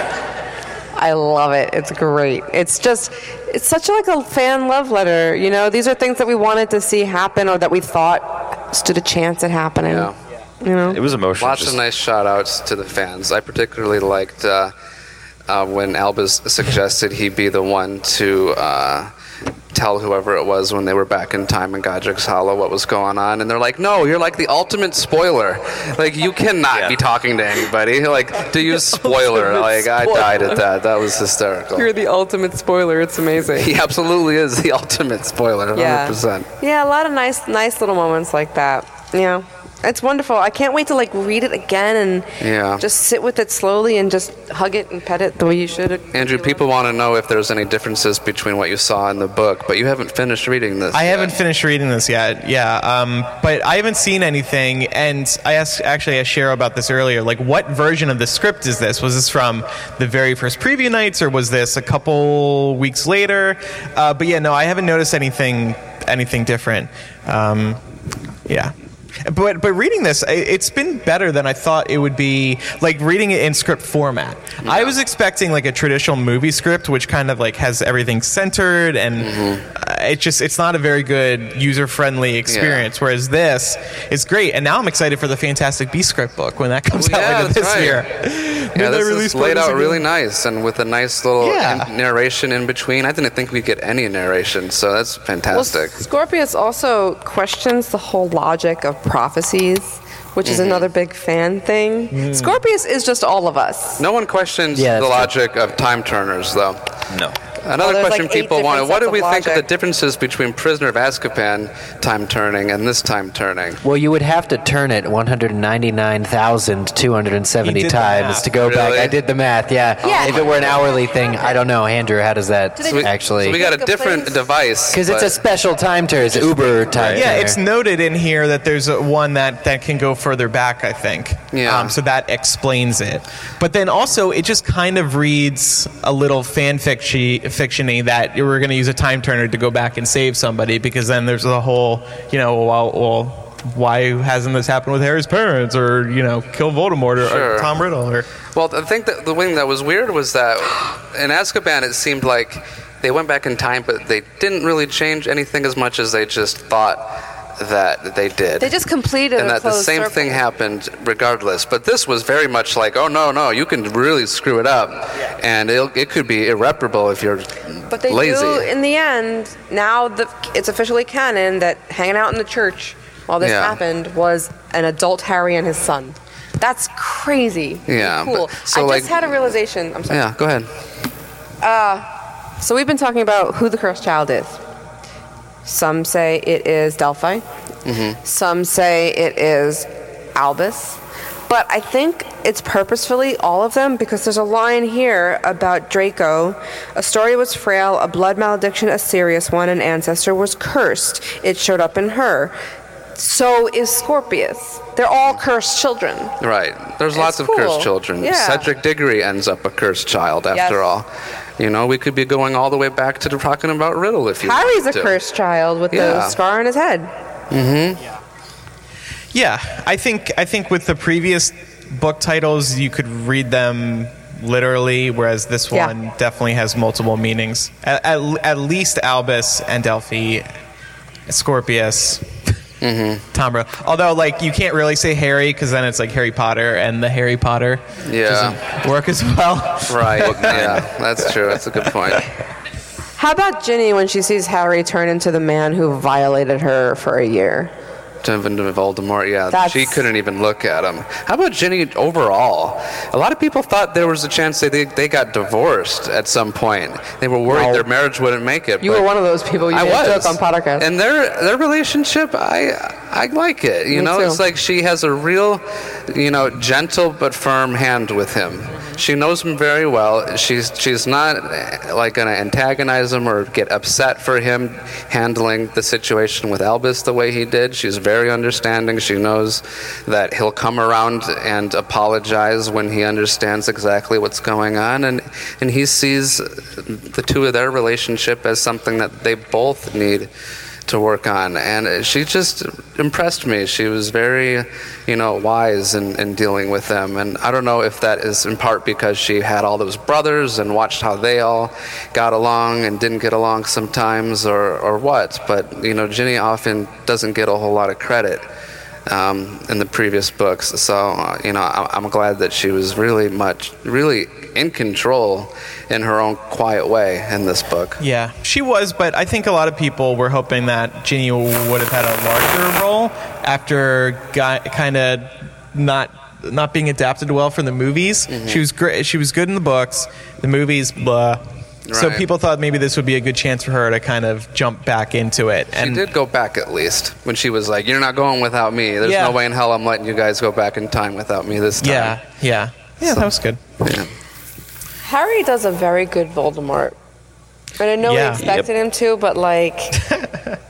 Speaker 6: I love it. It's great. It's just, it's such like a fan love letter. You know, these are things that we wanted to see happen or that we thought stood a chance at happening.
Speaker 1: Yeah.
Speaker 6: You know,
Speaker 5: It was emotional.
Speaker 1: Lots
Speaker 5: just-
Speaker 1: of nice shout outs to the fans. I particularly liked uh, uh, when Albus suggested he be the one to uh, tell whoever it was when they were back in time in Godric's Hollow what was going on. And they're like, no, you're like the ultimate spoiler. Like, you cannot be talking to anybody. Like, do you
Speaker 5: [laughs]
Speaker 1: spoiler?
Speaker 6: ultimate
Speaker 1: Like, I
Speaker 6: spoiler.
Speaker 1: died at that. That was hysterical.
Speaker 6: you're the ultimate spoiler. It's amazing.
Speaker 1: he absolutely is the [laughs] ultimate spoiler, 100%.
Speaker 6: Yeah, a lot of nice, nice little moments like that. Yeah, it's wonderful. I can't wait to like read it again and
Speaker 1: Yeah.
Speaker 6: just sit with it slowly and just hug it and pet it the way you should.
Speaker 1: Andrew, people want to know if there's any differences between what you saw in the book, but you haven't finished reading this.
Speaker 3: I
Speaker 1: yet.
Speaker 3: haven't finished reading this yet. Yeah, um, but I haven't seen anything. And I asked actually asked Cheryl about this earlier. Like, what version of the script is this? Was this from the very first preview nights, or was this a couple weeks later? Uh, but yeah, no, I haven't noticed anything anything different. Um, yeah. But but reading this, i- it's been better than I thought it would be. Like reading it in script format, I was expecting like a traditional movie script, which kind of like has everything centered, and
Speaker 1: Mm-hmm.
Speaker 3: uh, it just it's not a very good user friendly experience. Whereas this is great, and now I'm excited for the Fantastic Beast script book when that comes
Speaker 1: Oh, yeah,
Speaker 3: out later
Speaker 1: that's
Speaker 3: this
Speaker 1: right.
Speaker 3: year.
Speaker 1: Yeah,
Speaker 3: Midnight
Speaker 1: this
Speaker 3: release
Speaker 1: is laid
Speaker 3: parties
Speaker 1: out
Speaker 3: again.
Speaker 1: really nice and with a nice little
Speaker 3: Yeah.
Speaker 1: in- narration in between. I didn't think we'd get any narration, so that's fantastic.
Speaker 6: Scorpius also questions the whole logic of prophecies, which
Speaker 1: Mm-hmm.
Speaker 6: is another big fan thing. Scorpius is just all of us.
Speaker 1: no one questions
Speaker 7: Yeah,
Speaker 1: the
Speaker 7: that's
Speaker 1: logic of time turners, though.
Speaker 5: No.
Speaker 1: Another
Speaker 6: there's
Speaker 1: question
Speaker 6: like eight
Speaker 1: people want
Speaker 6: different
Speaker 1: what
Speaker 6: sets
Speaker 1: do
Speaker 6: of
Speaker 1: we think of the
Speaker 6: logic.
Speaker 1: differences between Prisoner of Azkaban time turning and this time turning?
Speaker 7: Well, you would have to turn it 199,270
Speaker 3: He did the
Speaker 7: times
Speaker 3: math.
Speaker 7: to go back.
Speaker 1: Really?
Speaker 7: I did the math, yeah.
Speaker 6: Yeah.
Speaker 7: If it were an hourly thing, I don't know. Andrew, how does that
Speaker 6: So we-
Speaker 1: So we
Speaker 7: actually.
Speaker 1: got a
Speaker 6: Jacob,
Speaker 1: different
Speaker 6: please.
Speaker 1: device.
Speaker 7: Because it's a
Speaker 1: but-
Speaker 7: special time tier, it's Uber time
Speaker 3: Yeah,
Speaker 7: tier.
Speaker 3: it's noted in here that there's a one that, that can go further back, I think. Um,
Speaker 1: Yeah.
Speaker 3: so that explains it. But then also, it just kind of reads a little fan fiction fictiony that you we're going to use a time turner to go back and save somebody because then there's a whole, you know, well, well why hasn't this happened with Harry's parents or, you know, kill Voldemort or,
Speaker 1: Sure.
Speaker 3: or Tom Riddle or.
Speaker 1: Well, I think that the thing that was weird was that in Azkaban, it seemed like they went back in time, but they didn't really change anything as much as they just thought that they did.
Speaker 6: They just completed
Speaker 1: and
Speaker 6: a
Speaker 1: that the
Speaker 6: closed
Speaker 1: same
Speaker 6: circle.
Speaker 1: thing happened regardless. But this was very much like, oh no, no, you can really screw it up, and it'll, it could be irreparable if you're
Speaker 6: But they
Speaker 1: lazy.
Speaker 6: do in the end. Now the, it's officially canon that hanging out in the church while this
Speaker 1: Yeah.
Speaker 6: happened was an adult Harry and his son. That's crazy.
Speaker 1: Yeah,
Speaker 6: cool.
Speaker 1: but- so,
Speaker 6: I
Speaker 1: like-
Speaker 6: just had a realization. I'm sorry.
Speaker 1: yeah, go ahead.
Speaker 6: So we've been talking about who the cursed child is. Some say it is Delphi. Some say it is Albus. But I think it's purposefully all of them because there's a line here about Draco. A story was frail, a blood malediction, a serious one, an ancestor was cursed. It showed up in her. So is Scorpius. They're all cursed children.
Speaker 1: Right. There's lots of
Speaker 6: cool.
Speaker 1: cursed children.
Speaker 6: Yeah.
Speaker 1: Cedric Diggory ends up a cursed child
Speaker 6: Yes.
Speaker 1: after all. You know, we could be going all the way back to talking about Riddle if you
Speaker 6: Harry's a
Speaker 1: want to.
Speaker 6: cursed child with
Speaker 1: Yeah.
Speaker 6: the scar on his head.
Speaker 3: Yeah, I think I think with the previous book titles, you could read them literally, whereas this
Speaker 6: Yeah.
Speaker 3: one definitely has multiple meanings. At, at, at least Albus and Delphi, Scorpius, Tom Riddle. Although, like, you can't really say Harry because then it's like Harry Potter and the Harry Potter
Speaker 1: Yeah.
Speaker 3: doesn't work as well.
Speaker 1: Right. yeah, that's true. That's a good point.
Speaker 6: How about Ginny when she sees Harry turn into the man who violated her for a year?
Speaker 1: Turn into Voldemort, yeah.
Speaker 6: That's-
Speaker 1: She couldn't even look at him. How about Ginny overall? A lot of people thought there was a chance that they, they got divorced at some point. They were worried their marriage wouldn't make it.
Speaker 6: You
Speaker 1: but
Speaker 6: were one of those people. You
Speaker 1: I
Speaker 6: made a
Speaker 1: was
Speaker 6: joke on podcast.
Speaker 1: And their their relationship, I I like it. You
Speaker 6: Me
Speaker 1: know,
Speaker 6: too.
Speaker 1: it's like she has a real, you know, gentle but firm hand with him. She knows him very well. She's she's not eh, like gonna antagonize him or get upset for him handling the situation with Albus the way he did. She's very understanding. She knows that he'll come around and apologize when he understands exactly what's going on, and and he sees the two of their relationship as something that they both need to work on. And she just impressed me. She was very, you know, wise in, in dealing with them. And I don't know if that is in part because she had all those brothers and watched how they all got along and didn't get along sometimes or, or what. But, you know, Ginny often doesn't get a whole lot of credit. Um, in the previous books, so uh, you know, I- I'm glad that she was really much, really in control in her own quiet way in this book.
Speaker 3: Yeah, she was, but I think a lot of people were hoping that Ginny would have had a larger role after kind of not not being adapted well from the movies. She was great. She was good in the books. The movies, blah. So
Speaker 1: Right.
Speaker 3: people thought maybe this would be a good chance for her to kind of jump back into it.
Speaker 1: She
Speaker 3: and
Speaker 1: did go back at least when she was like, "You're not going without me. There's
Speaker 3: Yeah.
Speaker 1: no way in hell I'm letting you guys go back in time without me this time."
Speaker 3: yeah, yeah, yeah, that was good.
Speaker 6: Harry does a very good Voldemort. And I know
Speaker 3: Yeah.
Speaker 6: we expected him to, but
Speaker 3: [laughs]
Speaker 6: like,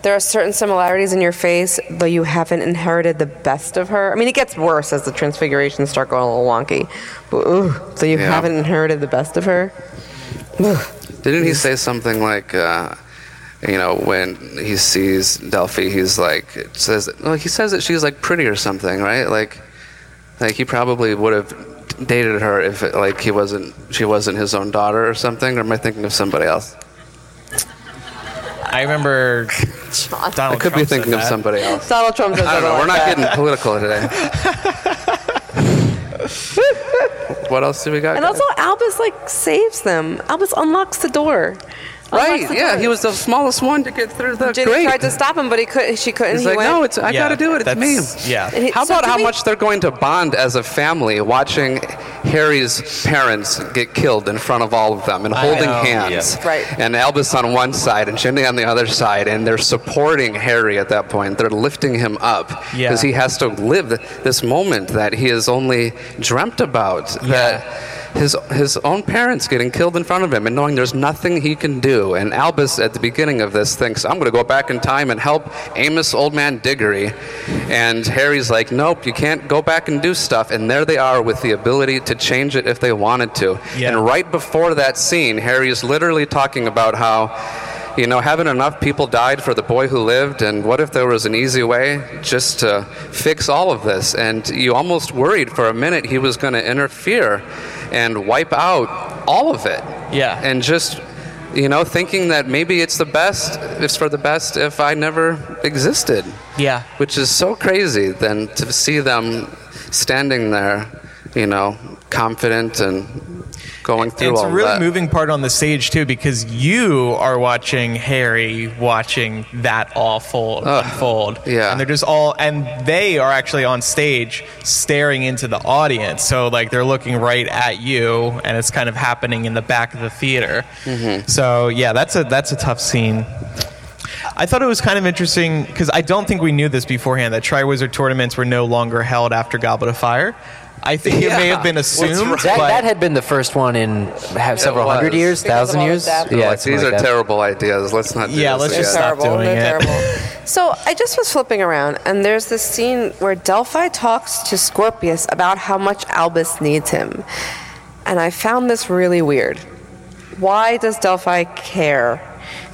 Speaker 6: there are certain similarities in your face, though you haven't inherited the best of her. I mean, it gets worse as the transfigurations start going a little wonky. But, ooh, though you
Speaker 1: Yeah.
Speaker 6: haven't inherited the best of her.
Speaker 1: Didn't he say something like, uh, you know, when he sees Delphi, he's like, it says, well, he says that she's like pretty or something, right? Like, like he probably would have dated her if it, like he wasn't, she wasn't his own daughter or something. Or am I thinking of somebody else?
Speaker 3: I [laughs] remember. Donald
Speaker 1: I could be
Speaker 3: Oh, Trump said
Speaker 1: thinking of
Speaker 3: that.
Speaker 1: somebody else.
Speaker 6: Donald Trump does
Speaker 1: I don't
Speaker 6: that a
Speaker 1: know.
Speaker 6: lot
Speaker 1: We're not
Speaker 6: better.
Speaker 1: getting political today. what else do we got?
Speaker 6: And also, Albus like saves them. Albus unlocks the door. Unlocks
Speaker 1: right?
Speaker 6: the
Speaker 1: Yeah,
Speaker 6: door.
Speaker 1: he was the smallest one to get through the
Speaker 6: Ginny
Speaker 1: grate.
Speaker 6: tried to stop him, but he could. She couldn't.
Speaker 1: He's
Speaker 6: he
Speaker 1: like,
Speaker 6: went.
Speaker 1: no, it's I got
Speaker 3: Yeah,
Speaker 1: to do it. It's me.
Speaker 3: that's- yeah.
Speaker 6: And he-
Speaker 1: How
Speaker 6: so
Speaker 1: about
Speaker 6: do
Speaker 1: how
Speaker 6: we-
Speaker 1: much they're going to bond as a family watching Harry's parents get killed in front of all of them and holding
Speaker 3: know.
Speaker 1: hands?
Speaker 6: Yeah. Right.
Speaker 1: And Albus on one side and Ginny on the other side, and they're supporting Harry at that point. They're lifting him up because
Speaker 3: Yeah.
Speaker 1: he has to live th- this moment that he has only dreamt about. That his his own parents getting killed in front of him and knowing there's nothing he can do. And Albus at the beginning of this thinks, I'm going to go back in time and help Amos Old Man Diggory. And Harry's like, Nope, you can't go back and do stuff. And there they are with the ability to change it if they wanted to.
Speaker 3: Yeah.
Speaker 1: And right before that scene, Harry is literally talking about how. You know, haven't enough people died for the boy who lived? And what if there was an easy way just to fix all of this? And you almost worried for a minute he was going to interfere and wipe out all of it.
Speaker 3: Yeah.
Speaker 1: And just, you know, thinking that maybe it's the best, it's for the best if I never existed.
Speaker 3: Yeah.
Speaker 1: Which is so crazy then to see them standing there, you know, confident and going through
Speaker 3: it's
Speaker 1: all
Speaker 3: a really
Speaker 1: that.
Speaker 3: moving part on the stage too because you are watching harry watching that awful unfold
Speaker 1: yeah.
Speaker 3: and they're just all and they are actually on stage staring into the audience so like they're looking right at you and it's kind of happening in the back of the theater
Speaker 1: Mm-hmm.
Speaker 3: so yeah that's a that's a tough scene I thought it was kind of interesting because I don't think we knew this beforehand that Triwizard tournaments were no longer held after Goblet of Fire. I think it may have been assumed.
Speaker 7: That,
Speaker 3: but-
Speaker 7: that had been the first one in ha- several
Speaker 1: was.
Speaker 7: hundred years,
Speaker 6: Because of
Speaker 7: thousand
Speaker 6: all the
Speaker 7: years.
Speaker 6: death.
Speaker 1: They're
Speaker 7: Yeah,
Speaker 1: like,
Speaker 7: something
Speaker 1: these
Speaker 7: like
Speaker 1: are
Speaker 7: that.
Speaker 1: terrible ideas. Let's not do
Speaker 3: Yeah,
Speaker 1: this
Speaker 3: let's
Speaker 1: again."
Speaker 3: just stop doing
Speaker 6: They're
Speaker 3: it. [laughs]
Speaker 6: terrible. so I just was flipping around, and there's this scene where Delphi talks to Scorpius about how much Albus needs him, and I found this really weird. Why does Delphi care?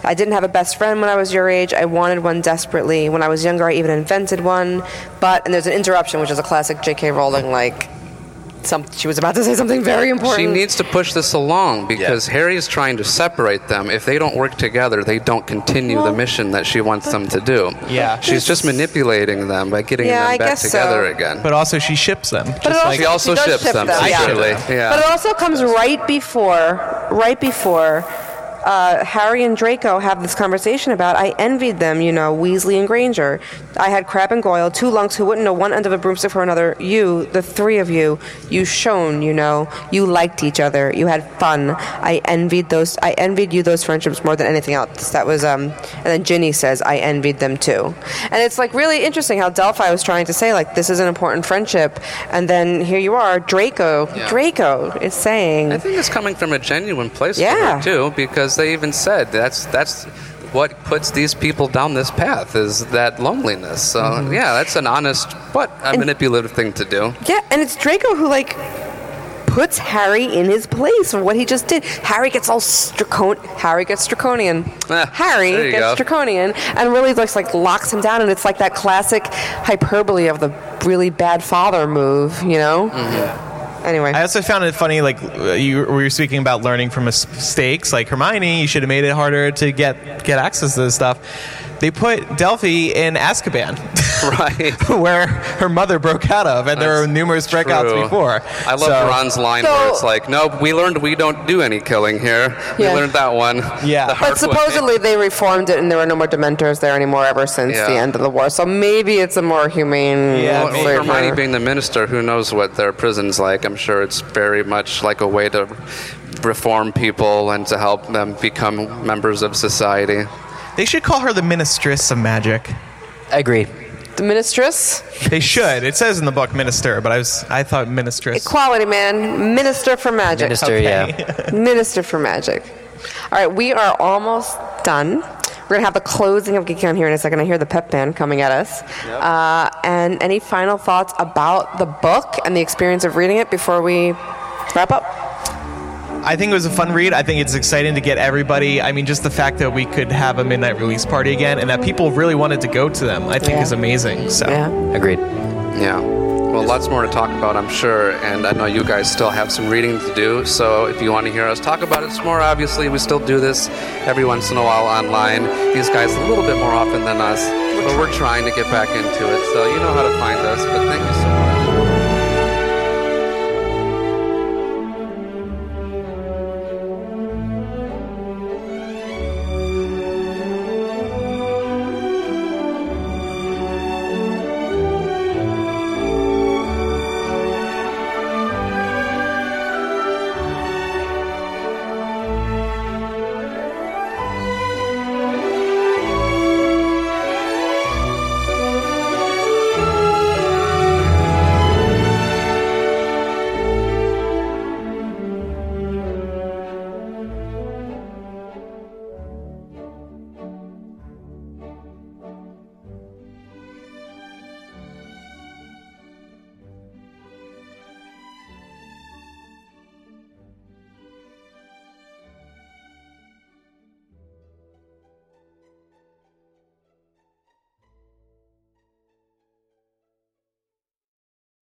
Speaker 6: I didn't have a best friend when I was your age. I wanted one desperately. When I was younger, I even invented one. But and there's an interruption, which is a classic J.K. Rowling like. Some, she was about to say something very important.
Speaker 1: She needs to push this along because Harry is trying to separate them. If they don't work together, they don't continue the mission that she wants them to do.
Speaker 3: Yeah.
Speaker 1: She's just manipulating them by getting
Speaker 6: Yeah,
Speaker 1: them
Speaker 6: I
Speaker 1: back
Speaker 6: guess so.
Speaker 1: together again.
Speaker 3: But also, she ships them.
Speaker 6: it
Speaker 1: she also
Speaker 6: does
Speaker 1: ships them,
Speaker 6: yeah.
Speaker 1: secretly.
Speaker 6: But it
Speaker 1: Yeah.
Speaker 6: also comes right before, right before uh, Harry and Draco have this conversation about. I envied them, you know, Weasley and Granger. I had Crab and Goyle, two lunks who wouldn't know one end of a broomstick from another. You, the three of you, you shone, you know, you liked each other, you had fun. I envied those. I envied you those friendships more than anything else. That was, um, and then Ginny says, I envied them too, and it's like really interesting how Delphi was trying to say like this is an important friendship, and then here you are, Draco.
Speaker 1: Yeah.
Speaker 6: Draco is saying.
Speaker 1: I think it's coming from a genuine place
Speaker 6: Yeah.
Speaker 1: for her too, because they even said that's that's what puts these people down this path is that loneliness. So
Speaker 6: Mm-hmm.
Speaker 1: yeah, that's an honest but a manipulative thing to do. [laughs]
Speaker 6: Yeah, and it's Draco who like puts Harry in his place for what he just did. Harry gets all stracon. Harry gets draconian.
Speaker 1: Ah, there
Speaker 6: Harry
Speaker 1: you
Speaker 6: gets
Speaker 1: go.
Speaker 6: draconian, and really just like locks him down. And it's like that classic hyperbole of the really bad father move, you know.
Speaker 1: Mm-hmm.
Speaker 6: Anyway,
Speaker 3: I also found it funny, like uh, you we were speaking about learning from mis- mistakes. Like Hermione, you should have made it harder to get get access to this stuff. They put Delphi in Azkaban, [laughs]
Speaker 1: Right.
Speaker 3: where her mother broke out of, and there were
Speaker 1: That's
Speaker 3: numerous breakouts
Speaker 1: True.
Speaker 3: before.
Speaker 1: I love
Speaker 3: So-
Speaker 1: Ron's line where
Speaker 6: So-
Speaker 1: it's like, "Nope, we learned we don't do any killing here.
Speaker 6: Yeah.
Speaker 1: We learned that one." The
Speaker 3: Yeah. But
Speaker 1: hard
Speaker 6: but supposedly they reformed it, and there were no more Dementors there anymore ever since the
Speaker 1: Yeah.
Speaker 6: end of the war. So maybe it's a more humane.
Speaker 3: Yeah,
Speaker 1: Well,
Speaker 3: maybe.
Speaker 6: flavor.
Speaker 1: Hermione being the minister, who knows what their prison's like? I'm sure it's very much like a way to reform people and to help them become members of society.
Speaker 3: They should call her the Ministress of Magic.
Speaker 7: I agree.
Speaker 6: the ministress.
Speaker 3: They should. It says in the book minister, but I was I thought ministress.
Speaker 6: Equality, man. Minister for magic.
Speaker 7: Minister, yeah.
Speaker 6: Minister for Magic. All right, we are almost done. We're going to have the closing of GeekCon here in a second. I hear the pep band coming at us. Uh, and any final thoughts about the book and the experience of reading it before we wrap up?
Speaker 3: I think it was a fun read. I think it's exciting to get everybody. I mean, just the fact that we could have a midnight release party again and that people really wanted to go to them, I think
Speaker 6: Yeah.
Speaker 3: is amazing. So
Speaker 6: Yeah.
Speaker 7: Agreed.
Speaker 1: Yeah. Well, lots more to talk about, I'm sure, and I know you guys still have some reading to do. So if you want to hear us talk about it some more, obviously we still do this every once in a while online. These guys a little bit more often than us, but we're trying to get back into it. So you know how to find us. But thank you